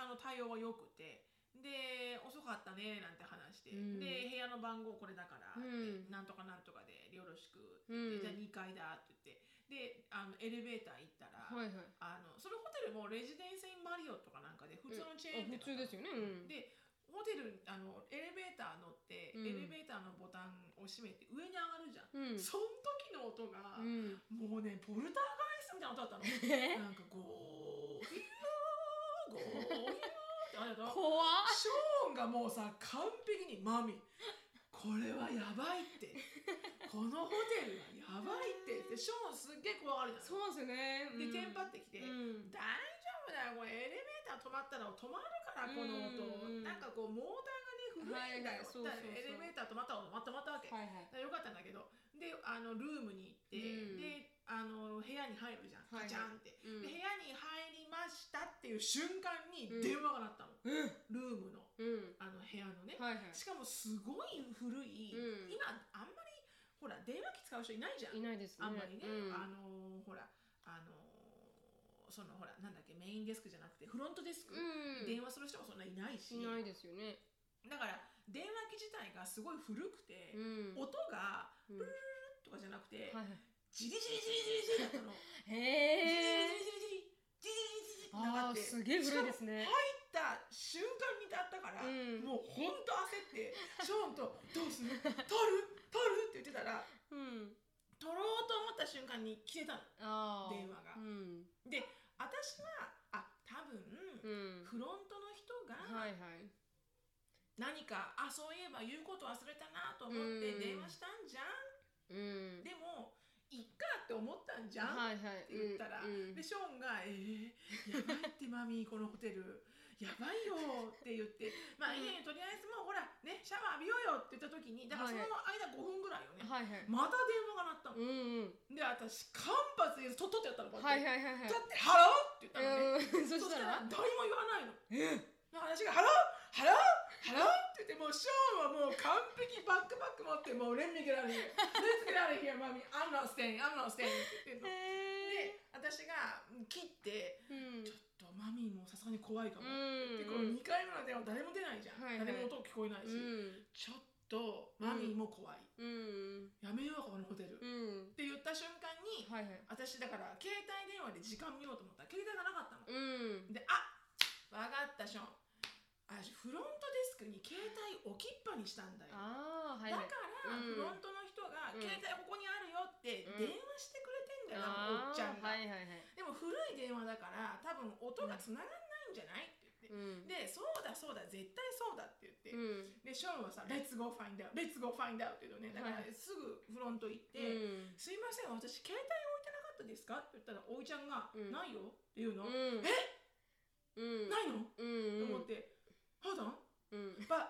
S2: あの対応は良くてで遅かったねなんて話して、
S1: うん
S2: で部屋の番号これだから、
S1: うん
S2: なんとかなんとかでよろしくっ
S1: う
S2: て言
S1: ん
S2: って、じゃあ2階だって言ってであのエレベーター行ったら、
S1: はいはい
S2: あのそのホテルもレジデンス・イン・マリオットかなんかで普通のチ
S1: あ
S2: ェーン
S1: 普通
S2: 店
S1: で
S2: だった
S1: すよ
S2: の
S1: ねうん
S2: でホテルあのエレベーター乗って、
S1: うん
S2: エレベーターのボタンを閉めて上に上がるじゃん、
S1: うん
S2: その時の音が、
S1: う ん
S2: もうねポルターガイストみたいな音だったの
S1: え
S2: なんかゴーヒューゴーヒューってあれだろ
S1: 怖っ
S2: ショーンがもうさ完璧に「マミこれはやばいって このホテルはやばいって」ってショーンすっげえ怖がるじゃん
S1: そうですね
S2: でテンパ
S1: っ
S2: ってきて「
S1: てうん
S2: 大丈夫だよこれエレベーター止まったら止まるからこの音、
S1: うん
S2: なんかこうモーターがね古いんだ
S1: はいは
S2: よ」
S1: いそうそうそう
S2: エレベーター止まったら止まった止まったわけ、
S1: はいはい
S2: だからよかったんだけどであのルームに行って、
S1: うん
S2: であの部屋に入るじゃん
S1: はいはい
S2: カチャンって、
S1: うん
S2: で部屋に入りましたっていう瞬間に
S1: うん
S2: 電話が鳴ったの、
S1: うん
S2: ルームの
S1: うん
S2: あの部屋のね、
S1: はいはい
S2: しかもすごい古い、
S1: うん
S2: 今あんまりほら電話機使う人いないじゃん
S1: いないですね
S2: あんまりね、
S1: うん
S2: あのーほらあのーそのほらなんだっけメインデスクじゃなくてフロントデスク、
S1: うん
S2: 電話する人もそんないないし
S1: いないですよね
S2: だから電話機自体がすごい古くて、
S1: うん
S2: 音が
S1: うん
S2: ルルルルとかじゃなくて、
S1: はいは
S2: ジリジリジリジリジリだったの。
S1: いへえ
S2: ジリジリジリジリジリジリジリってな
S1: あー
S2: って。
S1: すげえ古いですね
S2: しかも入った瞬間にだったから、
S1: うん
S2: もうほんと焦って、ショーンと「どうする取る取る?」って言ってたら
S1: うん
S2: 取ろうと思った瞬間に消えたの
S1: ああ
S2: 電話が
S1: うん
S2: で私はあ多分、
S1: うん
S2: フロントの人
S1: は
S2: が
S1: いはい
S2: 何か、あそういえば言うこと忘れたなと思って
S1: うん
S2: 電話したんじゃん、
S1: うん
S2: でもいっかって思ったんじゃ
S1: は
S2: ん、
S1: いはい
S2: って言ったら、
S1: うん
S2: でショーンが「えー、やばいってマミーこのホテルやばいよ」って言って「まあいいねとりあえずもうほらねシャワー浴びようよ」って言った時にだからその間5分ぐらいよね、
S1: はいはい
S2: また電話が鳴ったの、
S1: うんうん
S2: で私間髪でとっとってやったのこうや
S1: は
S2: っ
S1: い
S2: て
S1: はいはいはい
S2: だっ
S1: う
S2: て「ハロー」って言ったのね、
S1: んそ
S2: そ
S1: し
S2: した
S1: た
S2: ら
S1: ら
S2: 誰も言わないの
S1: え
S2: だから私が「ハローハローハロー」って言ってもうショーンはもう完璧バックバック持ってもう「レンミゲラルヒー」「レッツゲラルヒー」「マミー」「アンローステイン」「アンローステイン」って言ってんの
S1: え
S2: で私が切って
S1: うん
S2: ちょっとマミーもさすがに怖いかも、
S1: うん
S2: でこの2回目の電話誰も出ないじゃん、
S1: はいはい
S2: 誰も音聞こえないし、
S1: うん
S2: ちょっとマミーも怖い、
S1: うん
S2: やめようこのホテル、っ
S1: うん
S2: て言った瞬間に、
S1: はいはい
S2: 私だから携帯電話で時間見ようと思ったら携帯がなかったの、
S1: うん
S2: であわかったショーン私フロントデスクに携帯置きっぱにしたんだよ
S1: ああはい
S2: だ
S1: は
S2: か
S1: いう
S2: ら、
S1: ん
S2: フロントの人が
S1: うん
S2: 「携帯ここにあるよ」って
S1: うん
S2: 電話してくれてんんだよなおっちゃんが、
S1: はいはいはい。
S2: でも古い電話だから多分音がつながんないんじゃないって言って、
S1: うん。
S2: でそうだそうだ絶対そうだって言って、
S1: うん。
S2: でショーンはさ「レッツゴーファインダウトレッツゴーファインダウト」って言うのねだから
S1: は
S2: すぐフロント行って、
S1: うん
S2: すいません、私、携帯置いてなかったですかって言ったら、おいちゃんが、
S1: うん
S2: ないよって言うの、
S1: うん。
S2: え
S1: うん。
S2: ないの、
S1: うん
S2: と思って、Hold on,
S1: うん
S2: but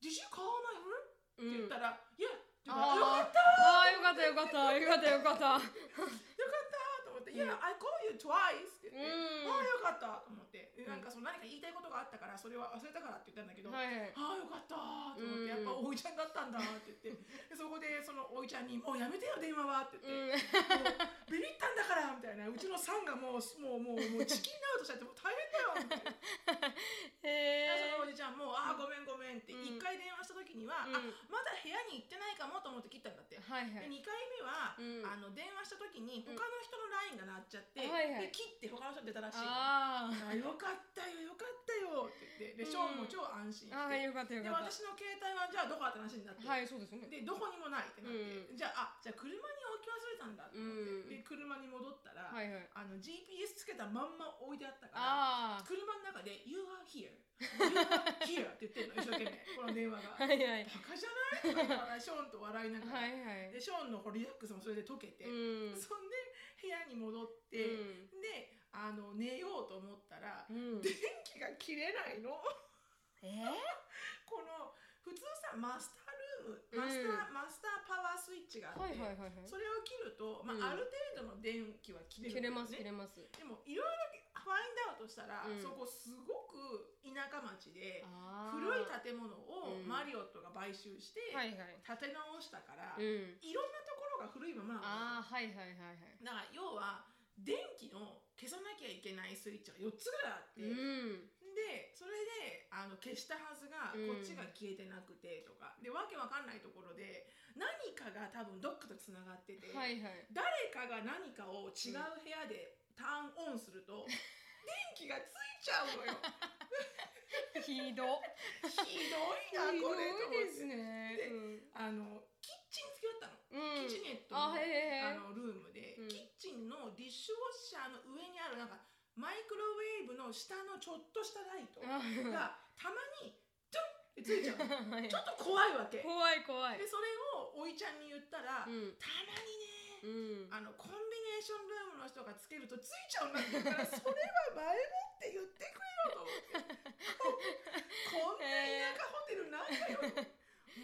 S2: did you call my room?
S1: うん
S2: って言ったら、いや、って言うからよか
S1: あ
S2: った
S1: ーあーよかったよかったよかったよかった
S2: よかったと思って、
S1: うん
S2: いや、I call you twice! って言って、
S1: うん
S2: ああ、よかったと思って、で
S1: うん
S2: なんかその何か言いたいことがあったから、それは忘れたからって言ったんだけど、
S1: はいはい
S2: ああよかったーと思って、
S1: うん
S2: やっぱおいちゃんだったんだって言ってでそこでそのおいちゃんに「もうやめてよ電話は」って言って、もうビビったんだからみたいなうちのさんがもうもうもうもうチキンアウトしちゃってもう大変だよみたいな
S1: うんへ
S2: そのおじちゃんもう「ああごめんごめん」って
S1: うん
S2: 1回電話した時には「
S1: うん
S2: あまだ部屋に行ってないかも」と思って切ったんだって。
S1: え
S2: で
S1: はいはい
S2: 2回目は、
S1: うん
S2: あの電話した時に
S1: う
S2: 他
S1: ん
S2: の人の LINE が鳴っちゃって、
S1: はいはい
S2: で切って他の人出たらしいあ
S1: あー
S2: あよかったよよかったよって言ってでショーンも超安心して、
S1: あーよかったよ
S2: で
S1: かっ
S2: 私の携帯はじゃあどこだって話になって、
S1: たはいそうですよね
S2: でどこにもないってなって、
S1: う
S2: じゃああじゃあ車に置き忘れたんだって思って、
S1: うん
S2: で車に戻ったら、
S1: はいはい
S2: あの GPS つけたまんま置いてあったから
S1: あ
S2: 車の中で「You are here」「You are here」って言ってるの一生懸命この電話
S1: あは
S2: が「バ
S1: いはい
S2: カじゃない?」とか言いなが らショーンと笑いながら、
S1: はいはい
S2: でショーンのこうリラックスもそれで解けて、
S1: うん
S2: そんで部屋に戻って、であの寝ようと思ったら、
S1: うんうん
S2: 電気が切れないの。
S1: え
S2: この普通さマスタールームマスター、マスターパワースイッチがあ
S1: はい
S2: って、
S1: はいはいはい
S2: それを切ると、ま
S1: うん
S2: あある程度の電気は切れる
S1: 切
S2: ん
S1: れ
S2: だよ
S1: ます切
S2: ね、
S1: れます
S2: でもいろいろファインダウトしたら、
S1: うん
S2: そこすごく田舎町で
S1: あー
S2: 古い建物を
S1: うん
S2: マリオットが買収して
S1: はい
S2: 建
S1: は
S2: て直したから、
S1: いうん
S2: いろんなところが古いま
S1: ああ
S2: まな
S1: はいはいはいはい
S2: のだから要は電気の消さなきゃいけないスイッチが4つぐらいあって、
S1: うん
S2: でそれであの消したはずが
S1: うん
S2: こっちが消えてなくてとか、でわけわかんないところで何かが多分どっかとつながってて、
S1: はいはい
S2: 誰かが何かを違う部屋でターンオンす ると、電気がついちゃうのよ
S1: ひど
S2: ひど
S1: ひ
S2: いなこ
S1: ど
S2: れと
S1: い
S2: 思
S1: で
S2: っ
S1: す
S2: て
S1: ね
S2: で
S1: うん
S2: あのキッチン付きだった
S1: う
S2: の、
S1: ん
S2: キチネット
S1: あ
S2: の
S1: へえへえ
S2: あのルームで、
S1: うん
S2: キッチンのディッシュウォッシャーの上にあるなんかマイクロウェーブの下のちょっとしたライト
S1: あ
S2: がたまにドゥンってついちゃうの。
S1: はい
S2: ちょっと怖いわけ。で、
S1: 怖い怖い
S2: それをおいちゃんに言ったら、
S1: うん
S2: たまにね、
S1: うん
S2: あの、コンビネーションルームの人がつけるとついちゃうんだって言う から、それは前もって言ってくれよと 思って。こんな田舎ホテルなんだよ。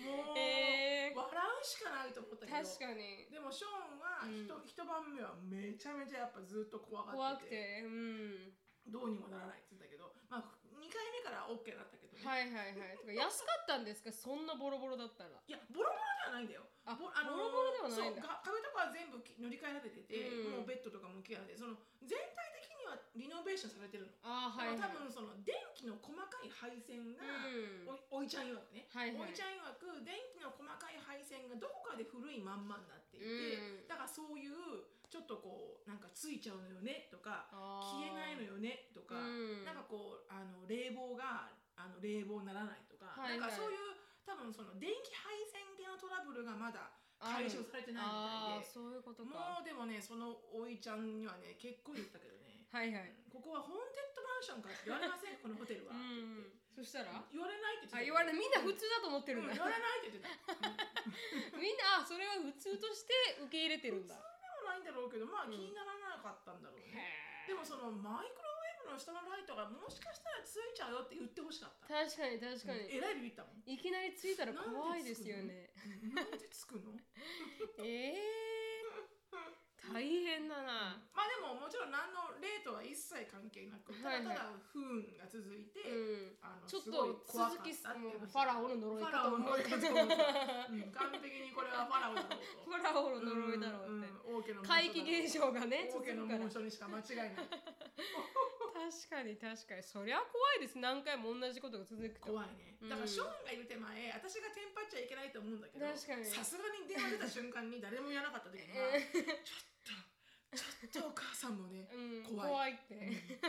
S2: もう、
S1: えー
S2: 笑うしかないと思ったけど。
S1: 確かに
S2: でもショーンはひと、
S1: う
S2: 一晩目はめちゃめちゃやっぱずっと怖が
S1: 怖
S2: っ
S1: く
S2: てて
S1: てうん
S2: どうにもならないって言ったけど、まあ、2回目から OK だったけどね、
S1: はいはいはいとか安かったんですかそんなボロボロだったら
S2: いや、ボロボロではないんだよ。
S1: あボ
S2: ぼ
S1: ロボロではないんだ
S2: そうが壁とかは全部き塗り替えられてて、
S1: うん
S2: もうベッドとかもケアで、その全体的にはリノベーションされてるの。
S1: あーはいはい
S2: だから多分その電気の細かい配線が、
S1: うん
S2: おおいちゃん曰くね、
S1: はいはい
S2: おいちゃん曰く電気の細かい配線がどこかで古いまんまになってい
S1: うん
S2: て、だからそういうちょっとこうなんかついちゃうのよねとか
S1: あ
S2: 消
S1: ー
S2: えないのよねとか、
S1: うん
S2: なんかこうあの冷房があの冷房にならないとか、
S1: はいはい
S2: なんかそういう多分その電気配線系のトラブルがまだ
S1: あ
S2: 解消されてな
S1: あ
S2: い
S1: ー
S2: みたいで
S1: そういうことか
S2: もうでもねそのおいちゃんにはね結構言ったけどね、
S1: はいはい
S2: ここはホーンテッドマンションかって言われませんこのホテ
S1: う
S2: ルはっ
S1: んそ
S2: て言って
S1: したら
S2: 言われないって言
S1: あ
S2: ってた
S1: 言われみんな普通だと思って
S2: う
S1: るん
S2: ん
S1: だみ
S2: 言
S1: ん
S2: われないって言ってた、うん
S1: なあそれは普通として受け入れてるんだ
S2: でもないんだろうけどま
S1: う
S2: あ
S1: ん
S2: 気にならなかったんだろうね、
S1: へー
S2: でもそのマイクロウェーブの下のライトがもしかしたらついちゃうよって言ってほしかった
S1: 確かに確かに
S2: えらいビビったもん。
S1: いきなりついたら怖いですよね
S2: なんでつくの？
S1: ええー、大変だな
S2: まあでももちろん何の例とは一切関係なく、
S1: はいはい
S2: ただただ不運が続いて、
S1: うん
S2: あの
S1: ちょっと
S2: すごい怖かっ
S1: 続
S2: た
S1: き
S2: っていう
S1: もう
S2: 話
S1: ファラオの呪い
S2: ファ
S1: か
S2: ラ
S1: と
S2: オの
S1: 思っ
S2: 呪い
S1: て
S2: かと思った。うん完璧にこれはファラオだろ
S1: フ
S2: うと。
S1: ァラオの呪いだろうって、
S2: うん。うん王家の
S1: 怪奇現象がね
S2: 王
S1: 続
S2: 家の
S1: くから
S2: 紋
S1: 確
S2: 章にしか間違い ない。
S1: かに確かにそりゃ怖いです何回も同じことが続くと
S2: 怖いね。だからショーンがいる手前、私がテンパっちゃいけないと思うんだけど、
S1: 確かに
S2: さすがに電話出た瞬間に誰もやらなかった時には、ちょっと、ちょっとお母さんもね、
S1: うん、
S2: 怖
S1: 怖い
S2: い
S1: って、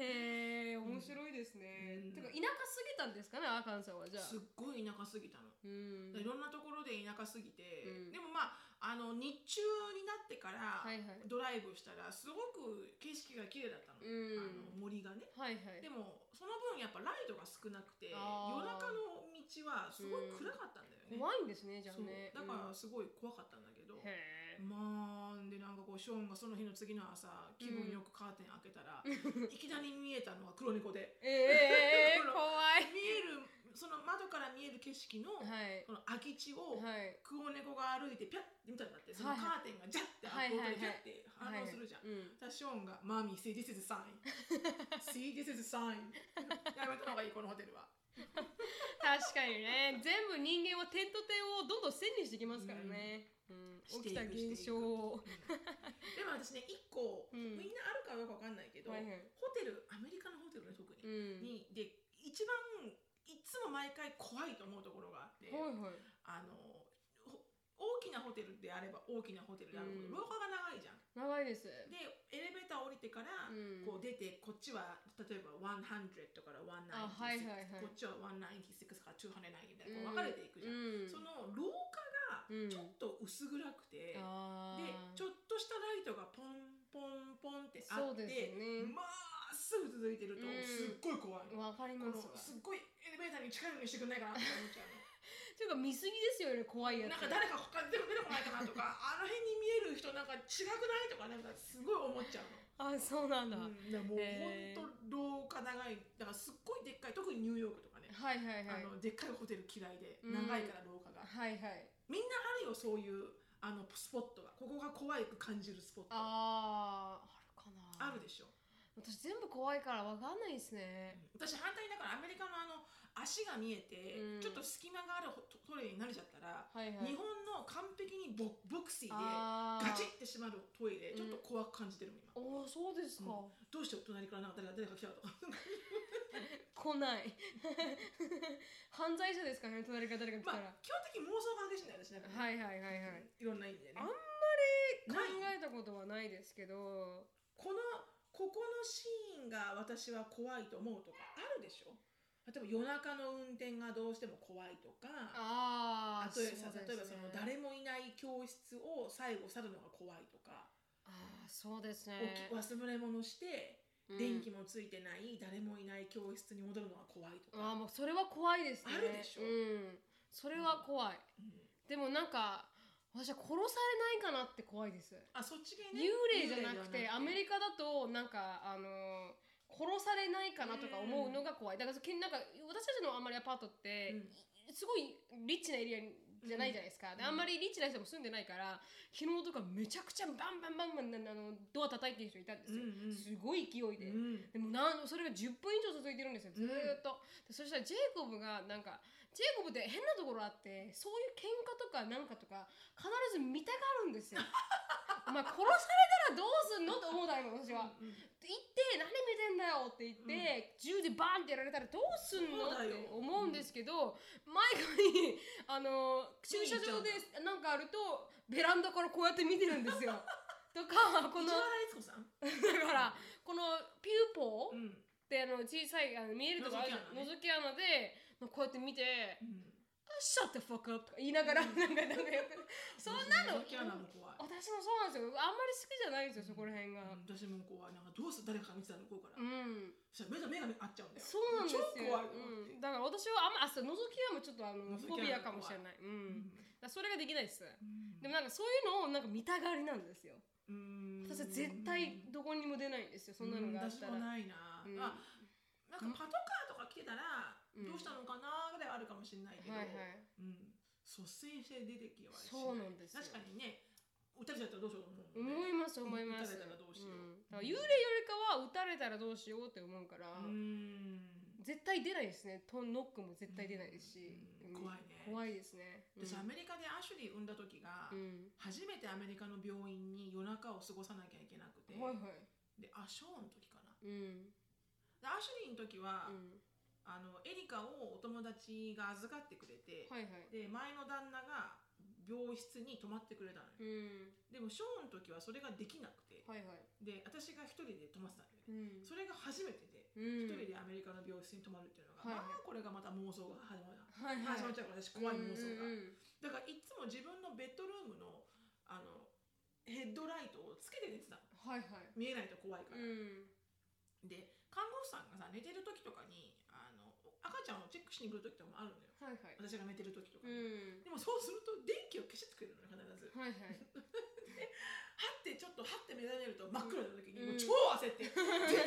S1: へえ面白いですね、
S2: うん
S1: てか田舎すぎたんですかねアーカンソーはじゃあ
S2: すっごい田舎すぎたの。
S1: うん
S2: いろんなところで田舎すぎて、
S1: うん
S2: でもまああの日中になってから
S1: はいはい
S2: ドライブしたらすごく景色が綺麗だったの,、あの
S1: うん
S2: 森がね
S1: はいはい
S2: でもその分やっぱライトが少なくて夜
S1: あー
S2: 中の道はすごい暗かったんだよね、
S1: 怖いんですねじゃあ
S2: そう
S1: ね
S2: だ
S1: うん
S2: からすごい怖かったんだけど、
S1: へえ
S2: まあでなんかこうショーンがその日の次の朝気分よくカーテン開けたら、いきなり見えたのは黒猫で
S1: えええ え怖い
S2: 見えるその窓から見える景色の、
S1: はい
S2: この空き地を、
S1: はい
S2: 黒猫が歩いてピャッて見たんだってその
S1: はいは
S2: カーテンがジャッて開く音でピャッて反応するじゃん。
S1: はいはいうん
S2: だからショーンが「マミー、see this is a sign」「see this is a sign」やめた方がいいこのホテルは。
S1: 確かにね全部人間は点と点をどんどん線にしてきますからね、うん
S2: し
S1: 起き
S2: ていく
S1: た現象
S2: う
S1: を
S2: んでも私ね一個、
S1: うん
S2: みんなあるかどうかわかんないけど、
S1: はいはい
S2: ホテルアメリカのホテルね特
S1: うん
S2: に,、にで一番いつも毎回怖いと思うところがあって、
S1: はいはい
S2: あのほ大きなホテルであれば大きなホテルであるほ
S1: う
S2: ど、
S1: ん
S2: 廊下が長いじゃん。
S1: 長いです
S2: でエレベーター降りてから、
S1: うん
S2: こう出てこっちは例えば100とから196、
S1: あはいはいはい
S2: こっちは196から290みたい
S1: うん
S2: なこう分かれていくじゃ
S1: うん
S2: ん、その廊下が
S1: うん
S2: ちょっと薄暗くて、
S1: あ
S2: で
S1: ー
S2: ちょっとしたライトがポンポンポンってあ
S1: そう
S2: っ
S1: です
S2: て、
S1: ね
S2: まっすぐ続いてると
S1: うん
S2: すっごい怖いの、
S1: わかります
S2: このすっごいエレベーターに近いのにしてくんないかなって思っちゃうの。
S1: ていうか見すぎですよね怖いやつ
S2: なんか誰か他に出てこないかなとかあの辺に見える人なんか違くないとかなんかすごい思っちゃう
S1: あ
S2: の。
S1: そうなんだ、
S2: うん、だからもう
S1: へー
S2: 本当廊下長いだからすっごいでっかい特にニューヨークとかね、
S1: はいはいはい
S2: あのでっかいホテル嫌いで
S1: うん
S2: 長いから廊下が、
S1: はいはい
S2: みんなあるよそういうあのスポットがここが怖いく感じるスポット
S1: あー
S2: あ
S1: あるかな
S2: るでしょ、
S1: 私全部怖いからわかんないですね
S2: 私反対だからアメリカのあの足が見えて、
S1: うん
S2: ちょっと隙間があるホトイレに慣れちゃったら、
S1: はいはい
S2: 日本の完璧にボボクシーで
S1: あー
S2: ガチって閉まるトイレちょっと怖く感じてるもん
S1: お
S2: 今、
S1: ーそうですか、
S2: うどうしてお隣からなんか誰か誰か来たとか
S1: 来ない 犯罪者ですかね隣から誰か来た
S2: ま
S1: ら、
S2: あ基本的に妄想が激しいんだよ私なんかね、
S1: はいはいはいはい
S2: いろんな意味でね
S1: あんまり考えたことはないですけど
S2: このここのシーンが私は怖いと思うとかあるでしょ例えば夜中の運転がどうしても怖いとか
S1: ああ
S2: 例えばさ例えばその誰もいない教室を最後去るのが怖いとか、
S1: ああそうですね
S2: おき忘れ物して、
S1: うん
S2: 電気もついてない誰もいない教室に戻るのが怖いと
S1: ああも
S2: か、
S1: うそれは怖いですね
S2: あるでしょ
S1: うんそれは怖い、
S2: うん
S1: でもなんか私は殺されないかなって怖いです
S2: あそっち系ね
S1: 幽霊じゃなくてアメリカだとなんかあのー殺されないかなとか思うのが怖いだからそけなんか私たちのあんまりアパートって、いすごいリッチなエリアじゃないじゃないですか、であ
S2: うん
S1: んまりリッチな人も住んでないから昨日とかめちゃくちゃバンバンバンバンなあのドア叩いてる人いたんですよ、
S2: うんうん
S1: すごい勢いで、
S2: うん
S1: でもなんそれが10分以上続いてるんですよずーっと、でそしたらジェイコブがなんかジェイコブって変なところあってそういう喧嘩とかなんかとか必ず見たがるん ですよお前殺されたらどうすんのと思うだろう私は、
S2: うんうん
S1: って言って何見てんだよって言って、銃でバーンってやられたらどうすんの
S2: そ
S1: っ
S2: うだよ
S1: て思うんですけど、前からにあの駐車場でなんかあるとベランダからこうやって見てるんです よとかこ
S2: こ
S1: の
S2: の
S1: だ
S2: 律子さん、
S1: からこのピューポー、
S2: うん
S1: であの小さいあの見えるとこあるじゃん覗
S2: 覗
S1: き穴でこうやって見て
S2: うん
S1: 「シャッ t the fuck up」とか言いながらなんかなんかやってるそんなの
S2: 覗き穴も怖い
S1: 私もそうなんですよあんまり好きじゃないんですよそこら辺が
S2: うん私も怖いなんかどうする誰かが見てたの向こうから、
S1: うん
S2: そしたら目が目が合っちゃうんだよ
S1: そうなんですよ
S2: 超怖い、
S1: うん、だから私はあんまあそう覗き穴もちょっとあの
S2: 覗き
S1: フ
S2: 穴
S1: ォビアかもしれない、う、
S2: うん
S1: だか
S2: ん
S1: らそれができないです
S2: うん
S1: でもなんかそういうのをなんか見たがりなんですよ
S2: うん
S1: 私は絶対どこにも出ないんですよそんなのがあったら、
S2: う
S1: う
S2: ん私も
S1: ん
S2: ないな、あなんかパトカーとか来てたら
S1: うん
S2: どうしたのかなぐらいあるかもしれないけど、
S1: はいはい
S2: うん、率先して出てきはしい
S1: そうなんですよ
S2: 確かにね撃たれちゃったらどうしようと思うもん
S1: 思い
S2: ね
S1: ます思います
S2: 撃たれたらどうしようん
S1: だから幽霊よりかは撃たれたらどうしようって思うから、
S2: うん
S1: 絶対出ないですねトノックも絶対出ないですし、
S2: うん
S1: うん
S2: 怖いね
S1: 怖いですね
S2: 私ア
S1: うん
S2: メリカでアシュリー産んだ時が、
S1: うん
S2: 初めてアメリカの病院に夜中を過ごさなきゃいけなくて、
S1: はいは
S2: でアショーンの時かない
S1: うん
S2: でアシュリーの時は、
S1: うん
S2: あのエリカをお友達が預かってくれて、
S1: はいはい
S2: で前の旦那が病室に泊まってくれたのよ、
S1: うん
S2: でもショーンの時はそれができなくて
S1: はいはい
S2: で私が一人で泊まってたんだよ
S1: う
S2: ね、
S1: ん
S2: それが初めてで
S1: うん
S2: 一人でアメリカの病室に泊まるっていうのが、
S1: はい
S2: まあこれがまた妄想が始まる、
S1: はいはい
S2: 始まっちゃうから私怖い妄想が、
S1: うん
S2: だからいつも自分のベッドルームのあのヘッドライトをつけて寝てたの
S1: はいはい
S2: 見えないと怖いから、
S1: うん
S2: で看護師さんがさ寝てる時とかにあの赤ちゃんをチェックしに来る時とかもあるのよ
S1: はいはい
S2: 私が寝てる時と
S1: う
S2: かに、
S1: ん
S2: でもそうすると電気を消してくれるのよ必ず
S1: はいはい
S2: はってちょっとはって目覚めると真っ暗な時に
S1: うん
S2: もう超焦って「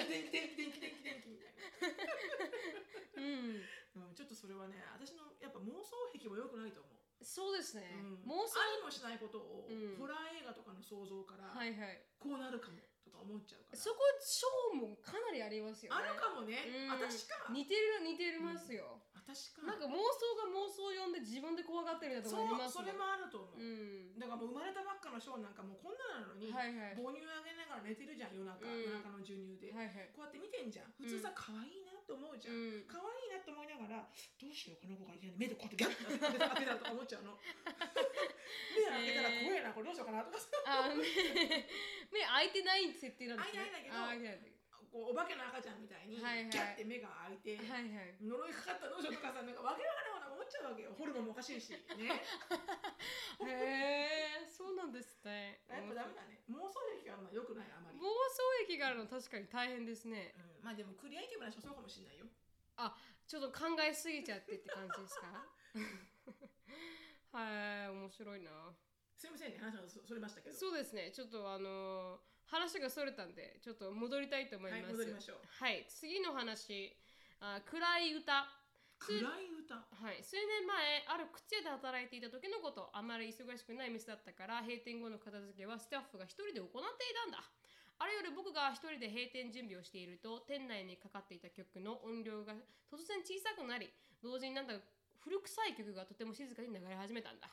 S2: 電気電気電気電気電気電気」みたいな。
S1: うん
S2: うん、ちょっとそれはね私のやっぱ妄想癖も良くないと思う、
S1: そうですね
S2: うん、
S1: 妄想
S2: ありもしないことを、
S1: うん
S2: ホラー映画とかの想像から、
S1: はいはい
S2: こうなるかもとか思っちゃうから
S1: そこショーもかなりありますよね
S2: あるかもね、
S1: うん
S2: 私か
S1: 似てる似てるますよ
S2: 私か
S1: なんか妄想が妄想を呼んで自分で怖がってるようなとこ
S2: そ
S1: ろあります
S2: うそれもあると
S1: う
S2: 思う、
S1: ん
S2: だからもう生まれたばっかのショーなんかもうこんななのに、
S1: はいはい
S2: 母乳あげながら寝てるじゃん夜中、
S1: うん
S2: 夜中の授乳で、
S1: はいはい
S2: こうやって見てんじゃん普通さ可愛いなと思うじゃ、
S1: うんん
S2: 可愛いなと思いながらどうしようこの子がいきなり目でこうやってギャッて当てたらとか思っちゃう の目開けたら怖えなこれどうしようかなとかさ
S1: あ目 目開いてない設定なんですね
S2: 開いてな
S1: あ開い
S2: いんだけど
S1: てないんだけ
S2: こうお化けの赤ちゃんみたいに、
S1: はいはい
S2: ギャッて目が開いて、
S1: どはいはい
S2: 呪いかかったらどうしようとかさなんかわけわからんような思っちゃうわけよホルモンもおかしいしね
S1: へえそうなんですね
S2: やっぱダメだね妄想力があんま良くないあまり、
S1: 妄想癖があるの確かに大変ですね
S2: うんまあでもクリエイティブな人そうかもしれないよ
S1: ちょっと考えすぎちゃってって感じですか はい面白いな
S2: すいませんね話がそそれましたけど
S1: そうですねちょっとあのー話がそれたんでちょっと戻りたいと思い
S2: は
S1: ます、
S2: い戻りましょう
S1: はい次の話あ暗い歌
S2: 暗い歌
S1: はい、数年前ある靴屋で働いていた時のことあまり忙しくない店だったから閉店後の片付けはスタッフが一人で行っていたんだある夜僕が一人で閉店準備をしていると店内にかかっていた曲の音量が突然小さくなり同時になんだか古臭い曲がとても静かに流れ始めたんだ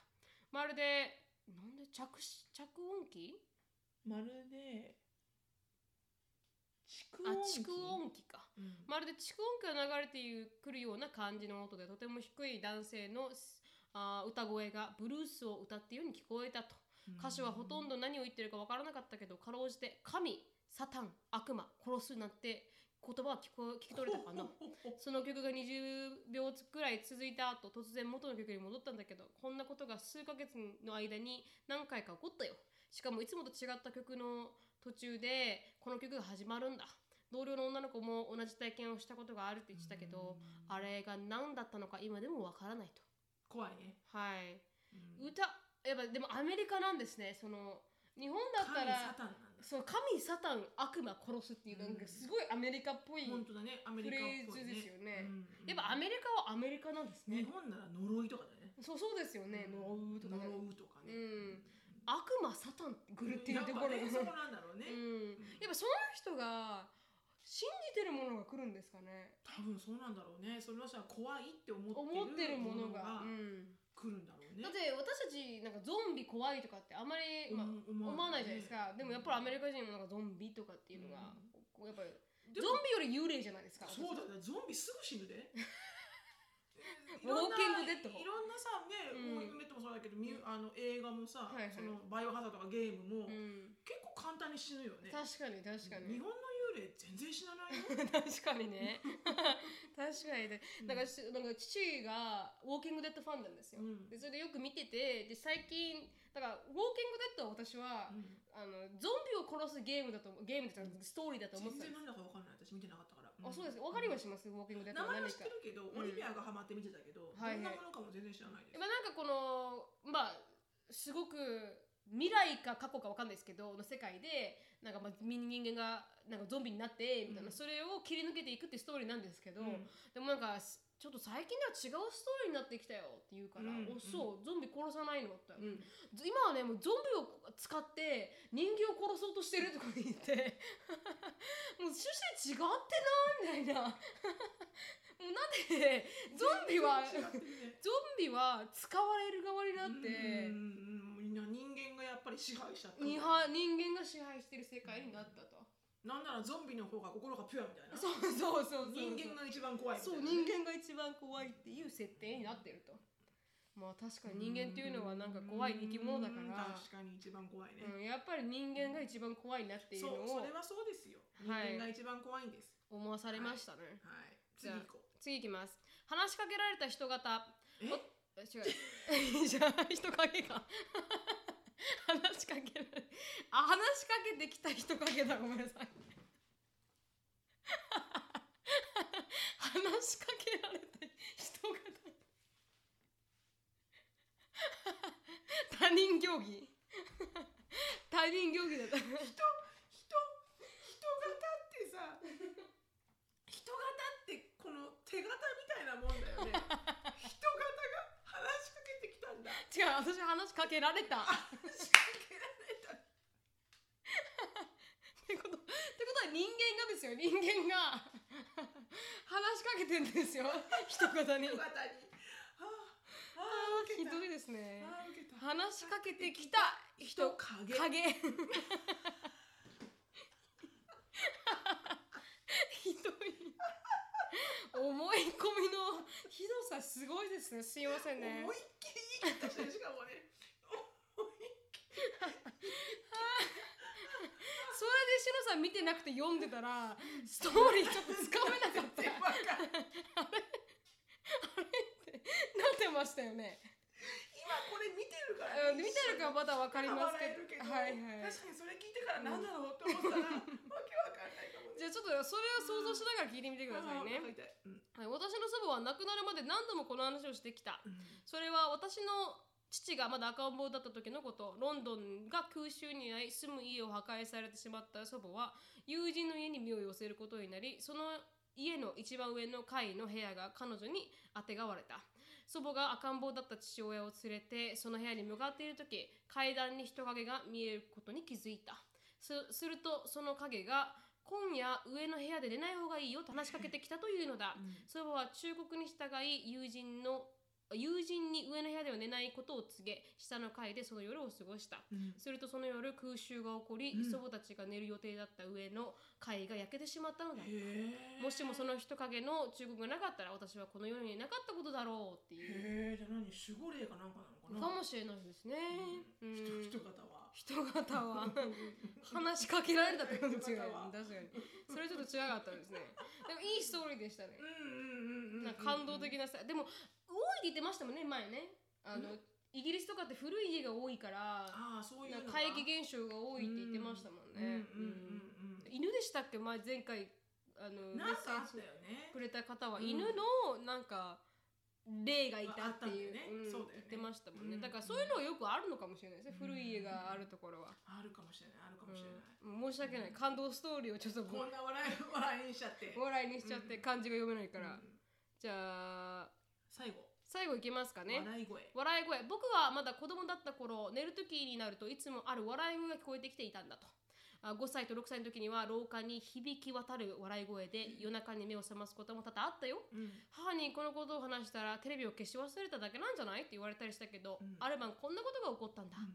S1: まるでなんで着し着音機
S2: まるで蓄
S1: あ
S2: 音機
S1: 蓄音機か
S2: うん
S1: まるで蓄音機が流れてくるような感じの音でとても低い男性のあー歌声がブルースを歌っているように聞こえたと歌詞はほとんど何を言ってるかわからなかったけどかろうじて「神サタン悪魔殺す」なんて言葉は聞こ聞き取れたかな
S2: ほほほほ
S1: その曲が20秒くらい続いた後突然元の曲に戻ったんだけどこんなことが数ヶ月の間に何回か起こったよしかもいつもと違った曲の途中でこの曲が始まるんだ同僚の女の子も同じ体験をしたことがあるって言ってたけど
S2: うん
S1: あれが何だったのか今でもわからない
S2: 怖いね、
S1: とはい
S2: うん
S1: 歌やっぱでもアメリカなんですねその日本だった
S2: 神サ
S1: ら
S2: タンなんだ
S1: そう神サタン悪魔殺すっていうなんかすごいアメリカっぽい、
S2: 本当だねアメリカっぽい
S1: フレーズですよね
S2: うん
S1: やっぱアメリカはアメリカなんですね
S2: 日本なら呪いとかだよね
S1: そうそうですよね、
S2: うん
S1: 呪うとかね、
S2: 呪うとかね、
S1: うん悪魔サタンってぐるっていうところが、
S2: やっぱねそこなんだろう
S1: う
S2: ね、
S1: ん、やっぱその人が信じてるものが来るんですかね
S2: 多分そうなんだろうねその人は怖いって思って
S1: 思ってるものが、
S2: ものが
S1: うん、
S2: 来るんだろうね
S1: だって私たちなんかゾンビ怖いとかってあんまり、まあ、
S2: 思
S1: 思わないじゃないですか、でもやっぱりアメリカ
S2: カ
S1: 人もなんかゾンビとかっていうのが、
S2: う
S1: こうやっぱり
S2: で
S1: ゾ
S2: も
S1: ンビより幽霊じゃないですか
S2: そうだねゾンビすぐ死ぬでい
S1: ウォ
S2: ろ
S1: ー
S2: んな
S1: キングデッド
S2: いろんなさね、
S1: うん
S2: ウォーキングデッドもそうだけど、ミュあの映画もさ、
S1: はいはい
S2: そのバイオハザードとかゲームも、
S1: うん、
S2: 結構簡単に死ぬよね
S1: 確かに確か
S2: 日
S1: に
S2: 本の幽霊全然死なないよ
S1: 確かにね 確かにねなんか
S2: う
S1: しなんか父がウォーキングデッドファンなんですよ、
S2: うん
S1: でそれでよく見ててで最近だからウォーキングデッドは私は、
S2: ん
S1: あのゾンビを殺すゲームだと思うゲームだとストーリーだと思っ
S2: 全
S1: てたん
S2: 然
S1: です
S2: なんだかわかんない私見てなかったから、
S1: あそうですわかりは
S2: し
S1: します、ウォーキングデッ
S2: 名
S1: ドの
S2: 前は
S1: 何
S2: 知って
S1: か
S2: るけど、
S1: うん
S2: オリビアがハマって見てたけど、
S1: はいはい
S2: どんなものかも全然知らないです、
S1: まあなんかこのまあすごく未来か過去かわかんないですけどの世界でなんかまあ人間がなんかゾンビになってみたいな、
S2: うん
S1: それを切り抜けていくってストーリーなんですけど、
S2: うん
S1: でもなんかすちょっと最近では違うストーリーになってきたよって言うから、
S2: うん
S1: おそうゾンビ殺さないのって、
S2: うん
S1: ず今はねもうゾンビを使って人間を殺そうとしてるとか言って もう趣旨違ってないみたいな もうなんでゾンビは
S2: 全然違ってるね
S1: ゾンビは使われる側になって
S2: うんうんうんみんな人間がやっぱり支配しちゃった
S1: には人間が支配してる世界になったと、
S2: なんならゾンビの方が心がピュアみたいな
S1: そうそうそうそう
S2: 人間が一番怖いみたい
S1: そう
S2: な、
S1: 人間が一番怖いっていう設定になってるとまあ確かに人間っていうのはなんか怖い生き物だか
S2: うん
S1: ら
S2: 確かに一番怖いね、
S1: うん、やっぱり人間が一番怖いなっていうの
S2: そうそ
S1: を
S2: れはそうですよ人
S1: はい
S2: 間が一番怖いんです
S1: 思わされましたね、
S2: はい、
S1: じ
S2: 次
S1: ゃあ
S2: 行こう
S1: 次いきます話しかけられた人型
S2: え
S1: おあ違う じゃあ人影か 話しかけられあ話しかけてきた人影だごめんなさい話しかけられた人型他人行儀他人行儀だった
S2: 人人型ってさ人型ってこの手形みたいなもんだよね人型が話しかけてきたんだ
S1: 違う私話しかけられた
S2: 話しかけられた
S1: ってことってことは人間がですよ人間が話しかけてんですよ人方 に
S2: 人
S1: あ
S2: 型にあああ
S1: あ
S2: あ受
S1: ひ
S2: けた
S1: どいですね
S2: ああ受けた
S1: 話しかけてきた人
S2: 人影
S1: 影ひどい思い込みのひどさすごいですねすいませんね
S2: 思いっきり生きた人しかもね思いっき
S1: それでしのさん見てなくて読んでたらストーリーちょっとつかめなかった
S2: り 分かんない
S1: なってましたよね
S2: 今これ見てるか
S1: うん、
S2: ら
S1: 見てるからまだわかりますけど。は
S2: はいい
S1: は
S2: はいい、。確かにそれ聞いてから何だろうと思った ら、わけわかんないかも
S1: じゃあ
S2: ね
S1: ちょっとそれを想像しながら聞いてみてくださいね。
S2: あーお腹痛いうん
S1: はい、私の祖母は亡くなるまで何度もこの話をしてきた。それは私の父がまだ赤ん坊だった時のこと。ロンドンが空襲に遭い、住む家を破壊されてしまった祖母は、友人の家に身を寄せることになり、その家の一番上の階の部屋が彼女にあてがわれた。祖母が赤ん坊だった父親を連れてその部屋に向かっている時階段に人影が見えることに気づいたすするとその影が「今夜上の部屋で寝ない方がいいよ」と話しかけてきたというのだ
S2: うん
S1: 祖母は忠告に従い友人の友人に上の部屋では寝ないことを告げ下の階でその夜を過ごした
S2: うん
S1: するとその夜空襲が起こり、
S2: うん
S1: 祖母たちが寝る予定だった上の階が焼けてしまったのだ
S2: へー
S1: もしもその人影の忠告がなかったら私はこの世にいなかったことだろうっていう
S2: へえじゃあ何守護霊かなんかなのかな
S1: かもしれないですね。うん
S2: うん人人型は
S1: 人型 は話しかけられたってこと違う。
S2: 人
S1: 確か
S2: 型は
S1: に。それちょっと違かったですね。でもいいストーリーでしたね。
S2: うんうんうんうん
S1: なんか感動的なさ。でも、多いって言ってましたもんね、前ね。あの、
S2: うん
S1: イギリスとかって古い家が多いから、
S2: ああそういう
S1: なん
S2: の
S1: か
S2: が
S1: 怪奇現象が多いって言ってましたもんね。
S2: うんうんうん
S1: うん犬でしたっけ前前回、あの、
S2: うんなんかあ
S1: メッ
S2: っ
S1: セ
S2: た
S1: ー
S2: よ
S1: ジ
S2: ね
S1: くれた方は、
S2: うん
S1: 犬のなんか霊がいたっていう,、
S2: ああったんだよねそうだよ
S1: 言って
S2: ね
S1: ましたもんね、
S2: うん
S1: だからそういうのはよくあるのかもしれないですね、
S2: う
S1: 古
S2: ん
S1: い家があるところは、
S2: あるかもしれないあるかもしれない、
S1: うん申し訳ない感動ストーリーをちょっと
S2: こんな笑い笑いにしちゃって
S1: お笑いにしちゃって
S2: うん
S1: 漢字が読めないから、
S2: うん
S1: じゃあ
S2: 最後
S1: 最後いきますかね
S2: 笑い声
S1: 笑い声僕はまだ子供だった頃寝る時になるといつもある笑い声が聞こえてきていたんだとあ5歳と6歳の時には廊下に響き渡る笑い声で夜中に目を覚ますことも多々あったよ
S2: うん
S1: 母にこのことを話したらテレビを消し忘れただけなんじゃないって言われたりしたけど、
S2: うん
S1: ある晩こんなことが起こったんだ、
S2: うん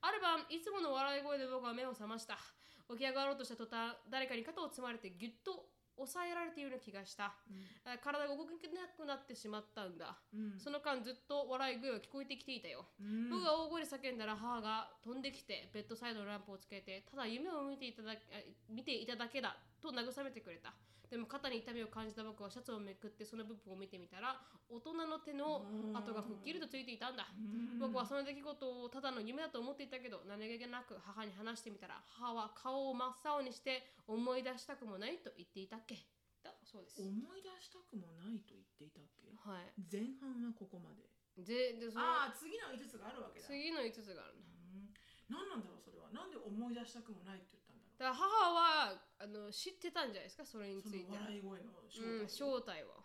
S1: ある晩いつもの笑い声で僕は目を覚ました起き上がろうとした途端誰かに肩をつまれてギュッと抑えられているような気がしたあ体が動けなくなってしまったんだ、
S2: うん
S1: その間ずっと笑い声が聞こえてきていたよ、
S2: うん
S1: 僕が大声で叫んだら母が飛んできてベッドサイドのランプをつけてただ夢を見ていただけあ見ていただけだと慰めてくれたでも肩に痛みを感じた僕はシャツをめくってその部分を見てみたら大人の手の跡がくっきりとついていたんだ
S2: うん
S1: 僕はその出来事をただの夢だと思っていたけど何気なく母に話してみたら母は顔を真っ青にして思い出したくもないと言っていたっけだそうです
S2: 思い出したくもないと言っていたっけ
S1: はい
S2: 前半はここまで
S1: ででその
S2: ああ次の5つがあるわけだ
S1: 次の5つがあるんだ
S2: うん何なんだろうそれはなんで思い出したくもないって言ったんだろ
S1: だから母はあの知ってたんじゃないですかそれに
S2: う
S1: つ
S2: そ
S1: いて
S2: の笑い声
S1: う
S2: の
S1: ん、正体を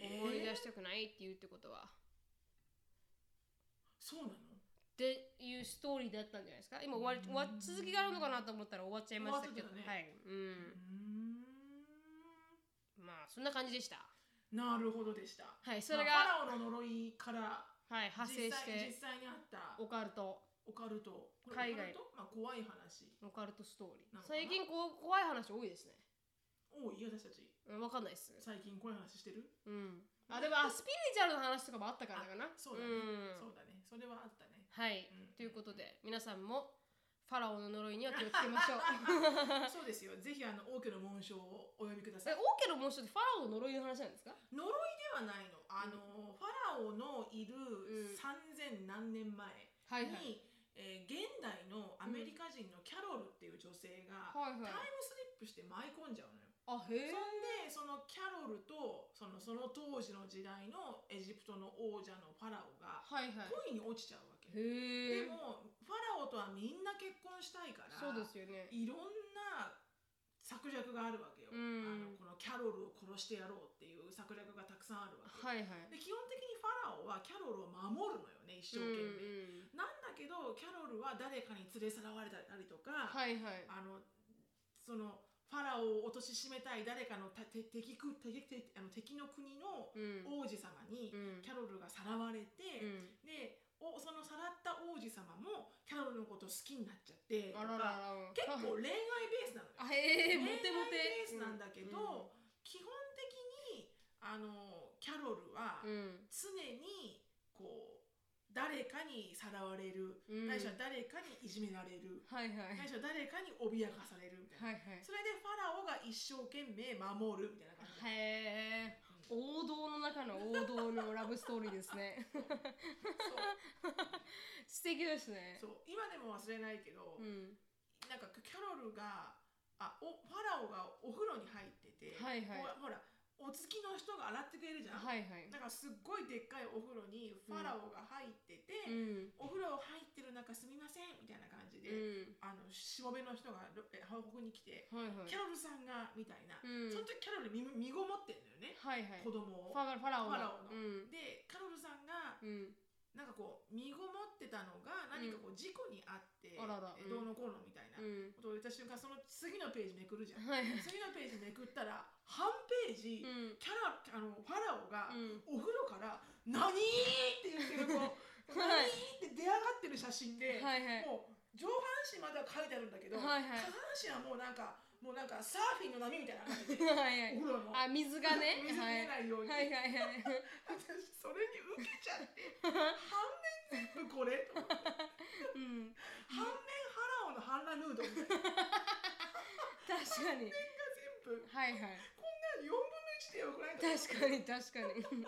S2: えー
S1: 思い出したくないっていうってことは、
S2: そうなの
S1: っていうストーリーだったんじゃないですか今終わり
S2: うん
S1: 終わ続きがあるのかなと思ったら終わっちゃいましたけど
S2: 終わってたね
S1: はい、う
S2: うー
S1: ん、
S2: ん
S1: まあそんな感じでした
S2: なるほどでした
S1: はいそれ
S2: ま
S1: が、
S2: あファラオの呪いから
S1: はい、派生
S2: 実
S1: して
S2: 際実際にあった
S1: オカルト
S2: オカルトこれ
S1: 海外
S2: オカルトまあ怖い話
S1: オカルトストーリー
S2: なのかな
S1: 最近こう怖い話多いですね
S2: 多い私たち
S1: うんわかんないっす
S2: 最近怖い話してる
S1: うんあでもあスピリチュアルの話とかもあったからだかな
S2: そうだ
S1: ん
S2: ね、そうだねそれはあったね
S1: はい、
S2: うん
S1: ということで皆さんもファラオの呪いには気をつけましょう
S2: そうですよぜひあの王家の紋章をお読みくださ
S1: え
S2: い
S1: 王家の紋章ってファラオの呪いの話なんですか
S2: 呪いではないのあの、ファラオのいる
S1: うん
S2: 3000何年前
S1: はいはい
S2: に、えー現代のアメリカ人のキャロルっていう女性が、
S1: はいはい
S2: タイムスリップして舞い込んじゃうのよ、
S1: あへえ
S2: そんでそのキャロルとそのその当時の時代のエジプトの王者のファラオが
S1: はいはい
S2: 恋に落ちちゃうわけ、
S1: へえ
S2: でもファラオとはみんな結婚したいから
S1: そうですよね
S2: いろんな策略があるわけよ、
S1: うん
S2: あのこのキャロルを殺してやろうっていう策略がたくさんあるわけ、
S1: はいはい
S2: で基本的にファラオはキャロルを守るのよね一生懸
S1: うん
S2: 命、
S1: うん
S2: なんだけどキャロルは誰かに連れさらわれたりとか、
S1: はいはい
S2: あのそのファラオを貶めたい誰かのたて敵く敵敵あの敵の国の
S1: うん
S2: 王子様に
S1: うん
S2: キャロルがさらわれ
S1: う
S2: て、
S1: ん
S2: でおそのさらった王子様もキャロルのことを好きになっちゃってと
S1: あらら
S2: から結構恋愛ベースなのよ。
S1: あへえモテモ
S2: 恋愛ベ
S1: テ
S2: ースなんだけど、基本的にあのキャロルは
S1: うんうん
S2: 常にこう誰かにさらわれる、
S1: うん
S2: ないしは誰かにいじめられる、
S1: はいはい
S2: 最初誰かに脅かされるみたいな、
S1: はいはい
S2: それでファラオが一生懸命守るみたいな感じ、
S1: へえ王道の中の王道のラブストーリーですね 素敵ですね
S2: そうそう今でも忘れないけど、
S1: うん
S2: なんかキャロルがあおファラオがお風呂に入ってて、
S1: はいはい
S2: ほらほらお月の人が洗ってくれるじゃん、
S1: はいはい
S2: なんかすっごいでっかいお風呂にファラオが入ってて、
S1: うん
S2: お風呂入ってる中すみませんみたいな感じで、
S1: う
S2: あのしもべの人がろえ報告に来
S1: ん
S2: て、
S1: はいはい
S2: キャロルさんがみたいな、
S1: うん
S2: その時キャロル身身ごもってんのよね、
S1: はいはい
S2: 子供を
S1: ファファラオの
S2: ファラオ
S1: うん
S2: のでカロルさんが
S1: うん
S2: なんかこう身ごもってたのが何かこう事故にあって、
S1: あらら
S2: えどうのこうのみたいな
S1: うん
S2: ことを言った瞬間その次のページめくるじゃん、
S1: はいはい
S2: 次のページめくったら半ページ、
S1: うん
S2: キャラあのファラオが
S1: うん
S2: お風呂から「何?」って言ってるこう「
S1: はい
S2: 何?」って出上がってる写真で、
S1: はいはい
S2: もう上半身までは書いてあるんだけど、
S1: はいはい
S2: 下半身はもうなんかもうなんかサーフィンの波みたいな感じで
S1: はいはい
S2: お風呂の
S1: あ水がね
S2: 水
S1: は
S2: 出
S1: い
S2: ないように。
S1: はいはいはい
S2: 私それに受けち ゃって反面全部これと思って
S1: うん
S2: 反面ファラオの反乱ヌードルみたいな
S1: 確かに
S2: 全部
S1: はいはい
S2: こんな4分の1でよくないと思
S1: 確
S2: う
S1: かに確かに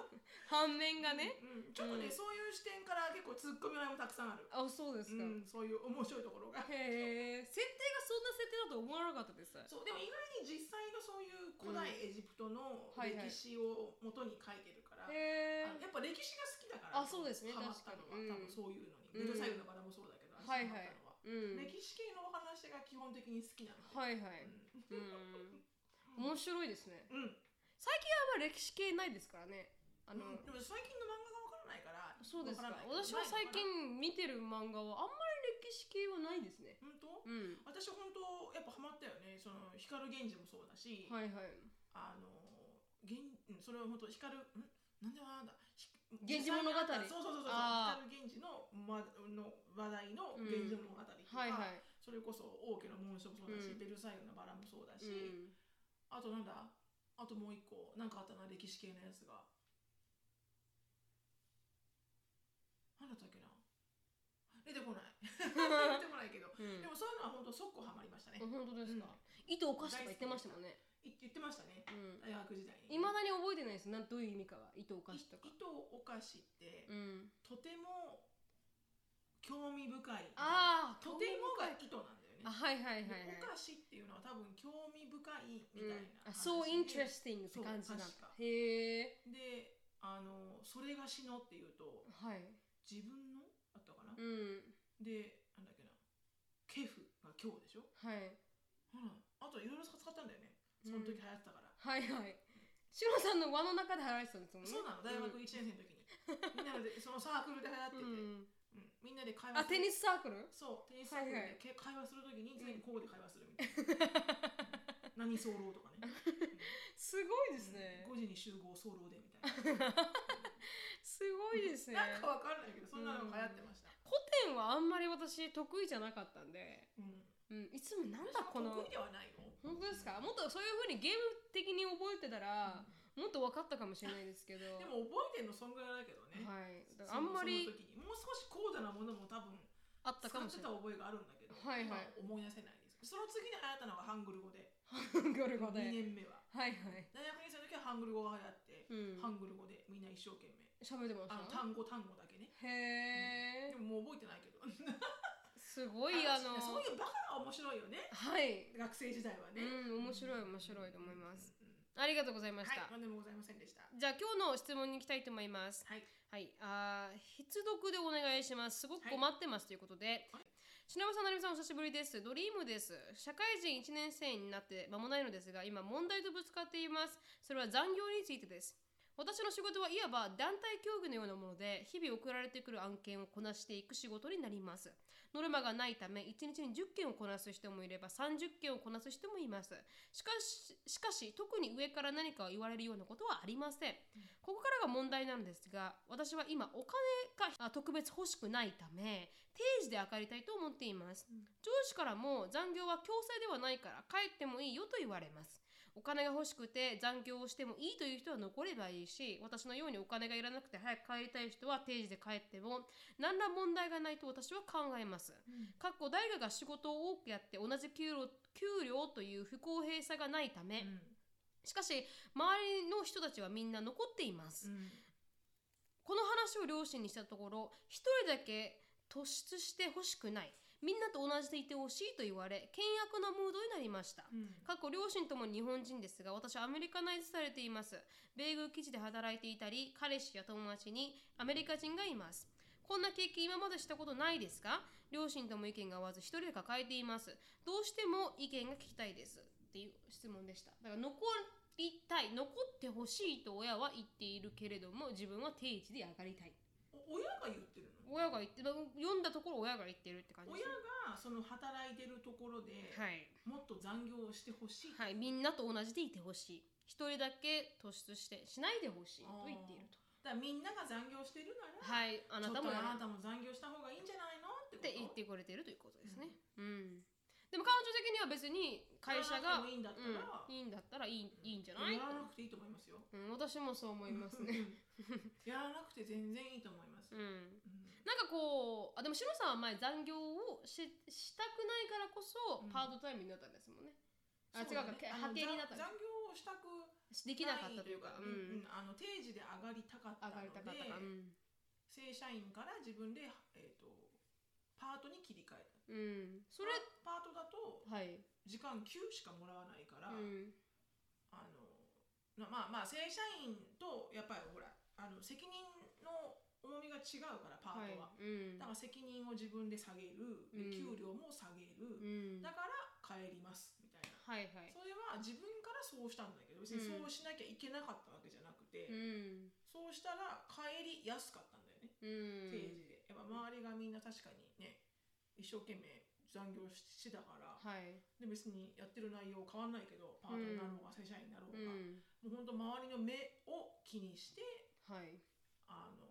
S1: 反面がね
S2: うん、ちょっと
S1: うん
S2: ね、そういう視点から結構ツッコミがもたくさんある、
S1: あそうですか、
S2: うん、そういう面白いところが
S1: へえ設定がそんな設定だと思わなかったです
S2: そうでも意外に実際のそういう古代エジプト
S1: うん
S2: の
S1: はい
S2: 歴
S1: はい
S2: 史を元に書いてるから、
S1: へえ
S2: あのやっぱ歴史が好きだから
S1: あそうですね
S2: ハマったのは、
S1: 確かにうん
S2: 多分そういうのにベルサイユのバラもそうだけど、私
S1: はいは
S2: ハマっ
S1: い
S2: た
S1: うん、
S2: のは、歴史系のお話が基本的に好きなので、
S1: はいはい
S2: うん
S1: うん面白いですね
S2: うん、
S1: 最近はあんま歴史系ないですからねあの、
S2: うんでも最近の漫画がわからないから
S1: そうですか
S2: わらないけ
S1: 私
S2: ど
S1: は最
S2: ないの
S1: 近見
S2: か
S1: てる漫画はあんまり歴史系はないですね
S2: な本当、
S1: うん
S2: 私本当やっぱハマったよねその光源氏もそうだし、
S1: はいはい
S2: あの源うんそれは本当光るんなんでもなんだひ
S1: 源氏物語
S2: 実際にあったそうそうそうそう
S1: あ
S2: 光源氏の,、ま、の話題の
S1: うん
S2: 源氏物語とか、
S1: はいはい
S2: それこそ王家の紋章もそうだし、
S1: うん
S2: ベルサイユのバラもそうだし、
S1: うん
S2: あとなんだあともう一個なんかあったな歴史系のやつがなんだったっけな出てこない 出てこないけど、
S1: うん
S2: でもそういうのは本当即攻ハマりましたね、
S1: あ本当ですか、
S2: うん
S1: 糸おかしとか言ってましたもんね
S2: い言ってましたね
S1: うん
S2: 大学時代に
S1: いまだに覚えてないですなんどういう意味かは糸おかしとか
S2: い糸お菓子って、
S1: うん
S2: とても興味深い
S1: ああ
S2: とてもが糸なんだよね
S1: あはいはいはいはい
S2: でお菓子っていうのは多分興味深いみ
S1: うん
S2: たいな、
S1: あ so interesting って
S2: そう
S1: 感じなんだ
S2: 確か
S1: へえ
S2: であのそれがしのっていうと
S1: はい
S2: 自分のあったかな、
S1: うん
S2: でなんだっけなケフが今日でしょ、
S1: はい
S2: うん、あといろいろ使ったんだよねその時流行ってたから、
S1: はいはいシロさんの輪の中で話してたんですもんね
S2: そうなの大学1年生の時に、みんな でそのサークルで流行ってて、
S1: うん
S2: うんみんなで会
S1: あ
S2: 話
S1: テニスサークル
S2: そうテニスサークル
S1: はいは
S2: で
S1: い
S2: け会話する時に常にこうで会話するみた いな、何早漏とかね
S1: すごいですね
S2: 5時に集合早漏でみたいな
S1: すごいですね
S2: なんかわかんないけどそんなのが流行ってました、
S1: 古典はあんまり私得意じゃなかったんで、
S2: うん、
S1: うん、いつもなんだこの
S2: 得意ではないよ
S1: 本当ですかもっとそういう風にゲーム的に覚えてたら、もっと分かったかもしれないですけど。
S2: でも覚えてんのそんぐらいだけどね、
S1: はい。だから
S2: そ
S1: あんまり
S2: その時にもう少し高度なものも多分
S1: あった
S2: 使
S1: かも
S2: っ
S1: してれ
S2: た
S1: ない。
S2: 覚えがあるんだけど、
S1: はいはい
S2: 今思い出せないですその次に流行ったのがハングル語で
S1: ゴルゴで。はい
S2: 2年目は
S1: はい。
S2: 大学にその時はハングル語が流行って、
S1: うん
S2: ハングル語でみんな一生懸命
S1: 喋ってまし
S2: あの
S1: た。
S2: 単語単語だけね
S1: へえ。
S2: でももう覚えてないけど
S1: すご いあの。
S2: そういうバカが面白いよね
S1: はい。
S2: 学生時代はね、
S1: うん面白い面白いと思います。
S2: うんうん
S1: ありがとうございました。
S2: はいとんでもございませんでした
S1: じゃあ今日の質問に行きたいと思います。
S2: はい
S1: はい、あー必読でお願いします。すごく
S2: はい
S1: 困ってますということで。しのぶさん、なるみさん、お久しぶりです。ドリームです。社会人1年生になって間もないのですが、今問題とぶつかっています。それは残業についてです。私の仕事はいわば団体競技のようなもので、日々送られてくる案件をこなしていく仕事になります。ノルマがないため、1日に10件をこなす人もいれば、30件をこなす人もいます。しかし、しかし、特に上から何かを言われるようなことはありません。ここからが問題なのですが、私は今お金があ特別欲しくないため、定時で測りたいと思っています。
S2: うん
S1: 上司からも残業は強制ではないから帰ってもいいよと言われます。お金が欲しくて残業をしてもいいという人は残ればいいし、私のようにお金がいらなくて早く帰りたい人は定時で帰っても何ら問題がないと私は考えます。かっこ誰かが仕事を多くやって同じ給料給料という不公平さがないため、しかし周りの人たちはみんな残っています、
S2: うん
S1: この話を両親にしたところ一人だけ突出してほしくないみんなと同じでいてほしいと言われ険悪なムードになりました、
S2: うん
S1: 過去両親とも日本人ですが私はアメリカナイズされています米軍基地で働いていたり彼氏や友達にアメリカ人がいますこんな経験今までしたことないですか両親とも意見が合わず一人で抱えていますどうしても意見が聞きたいですっていう質問でしただから残りたい残ってほしいと親は言っているけれども自分は定位置で上がりたい
S2: お親が言ってるの
S1: 親が言ってまあ読んだところ親が言ってるって感じです
S2: 親がその働いてるところで、
S1: はい
S2: もっと残業をしてほしい、
S1: はい、みんなと同じでいてほしい一人だけ突出してしないでほしいと言っていると
S2: だからみんなが残業してるなら、
S1: はいあなたも
S2: ちょっとあ
S1: や
S2: なたも残業した方がいいんじゃないのって
S1: っ
S2: こ
S1: て
S2: と
S1: 言ってくれてるということですねうん、でも彼女的には別に会社
S2: やらなくて
S1: が
S2: もいいんだった
S1: う
S2: ら、
S1: ん、いいんだったらいいいいんじゃない
S2: やらなくていいと思いますよ
S1: うん、私もそう思いますね
S2: やらなくて全然いいと思います、
S1: う
S2: うん
S1: ん
S2: う
S1: なんかこうあでもシロさんは前残業をししたくないからこそ
S2: うん
S1: パートタイムになったんですもんね、あ
S2: そ
S1: 違う
S2: だ
S1: か
S2: ね
S1: け
S2: あの
S1: 派遣になったんで
S2: 残残業をしたく
S1: すできなかったというか
S2: な
S1: うん
S2: うんあの定時で上がりたかった
S1: 上
S2: の
S1: がりた
S2: で
S1: かったからうん、
S2: 正社員から自分で、えー、とパートに切り替えた
S1: うん、それ
S2: パパートだと
S1: はい
S2: 時間9しかもらわないから、
S1: うん
S2: あのなまあまあ正社員とやっぱりほらあの責任の重みが違うからパートは、
S1: い、うん
S2: だから責任を自分で下げる、で
S1: うん
S2: 給料も下げ
S1: う
S2: る、
S1: ん、
S2: だから帰りますみたいな、
S1: はいはい
S2: それは自分からそうしたんだけど別にそうしなきゃいけなかったわけじゃなくて、
S1: うん
S2: そうしたら帰りやすかったんだよね、
S1: うん
S2: 定時でやっぱ周りがみんな確かにね一生懸命残業ししてたか
S1: は
S2: ら、
S1: い
S2: で別にやってる内容変わんないけどパートになろうが正社員になろ
S1: う
S2: うが、
S1: ん
S2: もう本当周りの目を気にして
S1: はい
S2: あの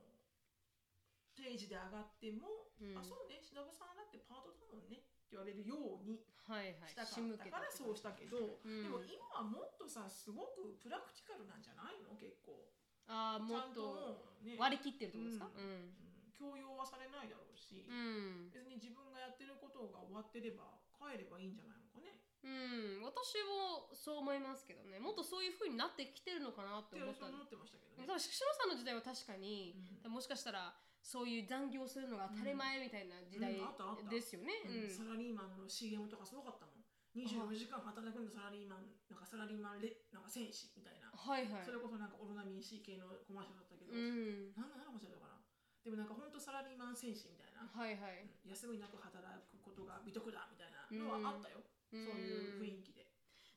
S2: 定時で上がっても、
S1: うん
S2: あそうねしのぶさんだってパートだもんねって言われるように
S1: はいはい
S2: したか
S1: 仕向
S2: っ
S1: け
S2: た
S1: た
S2: からそうしたけ
S1: うん
S2: ど、でも今はもっとさすごくプラクティカルなんじゃないの結構
S1: ああ
S2: ち
S1: も
S2: ゃ
S1: っ
S2: んと
S1: と
S2: もうね、
S1: 割り切ってるってことですか
S2: ううん強要はされないだろうし、
S1: うん、うん
S2: 別に自分がやってることが終わってれば帰ればいいんじゃないのかね
S1: うん、私もそう思いますけどねもっとそういう風になってきてるのかなっ
S2: って
S1: て思った
S2: 私は
S1: んで
S2: 思ってましたけど
S1: でも
S2: ね
S1: 多。分しろさんの時代は確かに、
S2: うん
S1: もしかしたらそういう残業するのが当たり前みたいな時代
S2: うんあったあった
S1: ですよね、うん
S2: サラリーマンの CM とかすごかったもん24時間働くんだサラリーマンなんかサラリーマンレなんか戦士みたいな、
S1: はいはい
S2: それこそなんかオロナミン C 系のコマーシャルだったけど、
S1: うん
S2: なん、何のコマーシャルだったかなでもなんかほんとサラリーマン戦士みたいな、
S1: はいはい
S2: うん休みなく働くことが美徳だみたいなのはあったよ、
S1: うん
S2: そういう雰囲気で、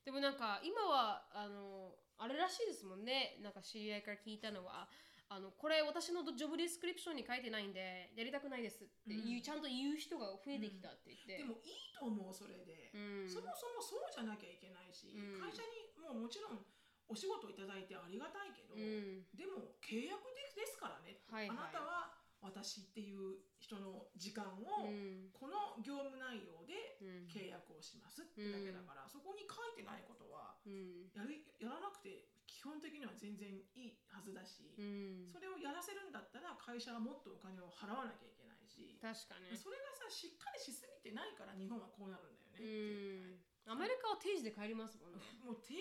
S1: でもなんか今はあのあれらしいですもんねなんか知り合いから聞いたのはあのこれ私のジョブディスクリプションに書いてないんでやりたくないですって言う、
S2: うん
S1: ちゃんと言う人が増えてきたって言って、
S2: でもいいと思うそれで、
S1: うん
S2: そもそもそうじゃなきゃいけないし、
S1: うん
S2: 会社にもうもちろんお仕事いただいてありがたいけど、
S1: うん
S2: でも契約でですからね、
S1: はいはい
S2: あなたは私っていう人の時間を、
S1: うん
S2: この業務内容で
S1: うん
S2: 契約をしますってだけだから、そこに書いてないことは
S1: うん
S2: やるやらなくて基本的には全然いいはずだし、
S1: うん
S2: それをやらせるんだったら会社はもっとお金を払わなきゃいけないし、
S1: 確かね
S2: それがさしっかりしすぎてないから日本はこうなるんだよ
S1: うん
S2: ね、
S1: アメリカは定時で帰りますもんね
S2: 絶対もう定時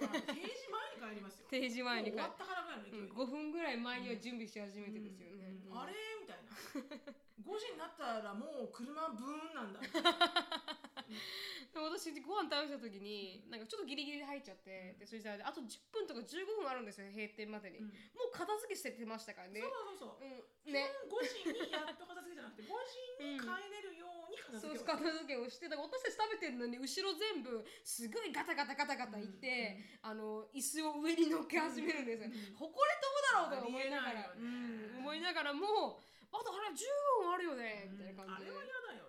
S2: どころかな定時前に帰りますよ
S1: 定時前に帰
S2: もう終わったから帰
S1: う
S2: る
S1: ん
S2: の、
S1: 5分ぐらい前には準備し始めてですよね、
S2: うん
S1: うん
S2: あれみたい な5時になったらもう車ブーンなんだ
S1: でも私ご飯食べた時になんかちょっとギリギリで入っちゃって、
S2: うん
S1: でそれじゃああと10分とか15分あるんですよ閉店までに、
S2: うん
S1: もう片付けしててましたからね
S2: そうそうそうそ
S1: う
S2: う、基
S1: ん
S2: 本
S1: ね
S2: 5時にやっと片付けじゃなくて5時に帰れるように片
S1: そう
S2: 付け
S1: 片付けを
S2: を
S1: してだから私たち食べてるのに後ろ全部すごいガタガタガタガタいって、あの椅子を上に乗っけ始めるんですよ、誇
S2: うん
S1: れ飛ぶだろうとか思いながら
S2: ありえないよね
S1: うん思いながらもうあとあれ15分あるよねみたいな感
S2: あ
S1: じ
S2: れ
S1: で、
S2: は嫌だ
S1: う
S2: よ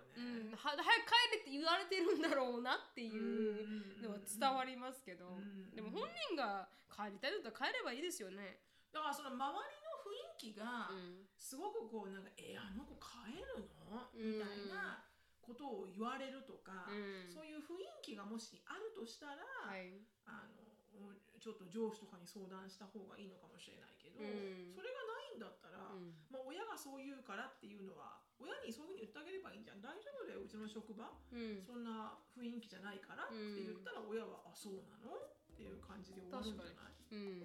S1: ん、
S2: ね
S1: は早く帰れって言われてるんだろうなっていうのは伝わ
S2: り
S1: りますけど、
S2: うん
S1: でも本人が帰りたいんだったら帰ればいいですよね。
S2: だからその周りの雰囲気が
S1: うん
S2: すごくこうなんか「えあの子帰るの?」みたいなことを言われるとか、
S1: うん
S2: そういう雰囲気がもしあるとしたら、
S1: はい、
S2: あのうんちょっと上司とかに相談した方がいいのかもしれないけど、
S1: うん
S2: それがないんだったら、
S1: うん
S2: まあ、親がそう言うからっていうのは親にそういうふうに言ってあげればいいんじゃん大丈夫だようちの職場、
S1: うん
S2: そんな雰囲気じゃないからって言ったら親は「あそうなの?」っていう感じで終わるんじゃない、
S1: うん、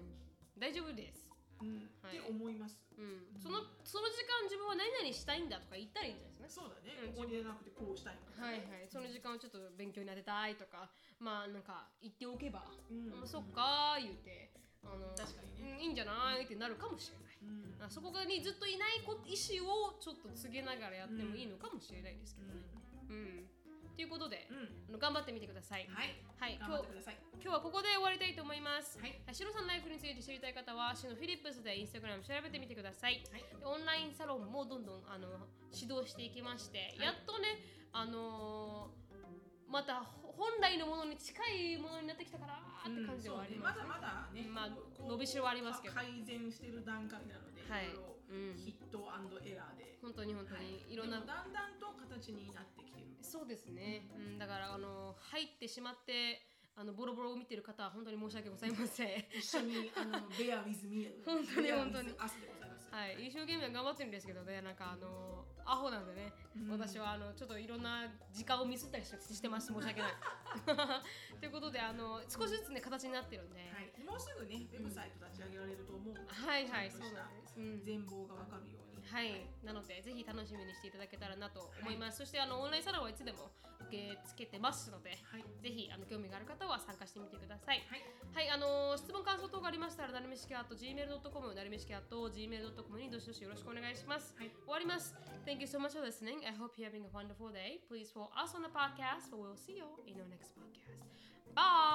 S1: 大丈夫です、
S2: うん
S1: はい
S2: って思います。
S1: うん、そのその時間自分は何々したいんだとか言ったらいいんじゃないですか。
S2: そうだね、
S1: うん
S2: ここに出なくてこうしたいとか
S1: はいは
S2: ね、
S1: い、その時間をちょっと勉強に当てたいとかまあなんか言っておけば、
S2: うん
S1: まあそっかー言うてあの
S2: 確かにね、
S1: うんいいんじゃないってなるかもしれない。
S2: うん
S1: あそこにずっといないこ意思をちょっと告げながらやってもいいのかもしれないですけどね。うん。ということで
S2: う、
S1: あ
S2: ん
S1: の頑張ってみてください。
S2: はい
S1: はい、今
S2: 頑張っ
S1: 日
S2: てください
S1: 今日はここで終わりたいと思います。
S2: はい
S1: はい、シロさんライフについて知りたい方は、シロフィリップスでインスタグラム調べてみてください。
S2: はい
S1: でオンラインサロンもどんどんあの指導していきまして、
S2: はい
S1: やっとね、あのーまたほ本来のものに近いものになってきたからーって感じではあります、
S2: そうねまだまだね、
S1: まあ
S2: こう
S1: 伸びしろはありますけど
S2: か改善してる段階なので、
S1: はい
S2: ろ
S1: うん、
S2: ろヒットエラーで、
S1: 本当に本当に、い、ろんな
S2: でもだんだんと形になってきてる。
S1: そうですね、うん、だからあの入ってしまってあのボロボロを見てる方は本当に申し訳ございません
S2: 一緒にあのベアウィズミー
S1: 本当に本当に
S2: 明日でございます。
S1: はい一生懸命頑張ってるんですけどねなんかあのアホなんでね、
S2: うん
S1: 私はあのちょっといろんな時間をミスったりししてます申し 訳ないということであの少しずつね形になってるんで、
S2: はい。もうすぐね、ウェブサイト立ち上げられると思うので、
S1: はい、はい
S2: ち
S1: そ
S2: ゃ
S1: うん
S2: とした
S1: なんです、うん
S2: 全貌がわかるように。
S1: はい、なのでぜひ楽しみにしていただけたらなと思います、そしてあのオンラインサロンはいつでも受け付けてますので
S2: はい。
S1: ぜひあの興味がある方は参加してみてください
S2: はい。
S1: はい、あのー質問感想等がありましたら、なるみしきあと gmail.com、なるみしきあと gmail.com にどしどしよろしくお願いします。
S2: はい
S1: 終わります。Thank you so much for listening. I hope you're having a wonderful day. Please follow us on the podcast, but we'll see you in our next podcast. Bye!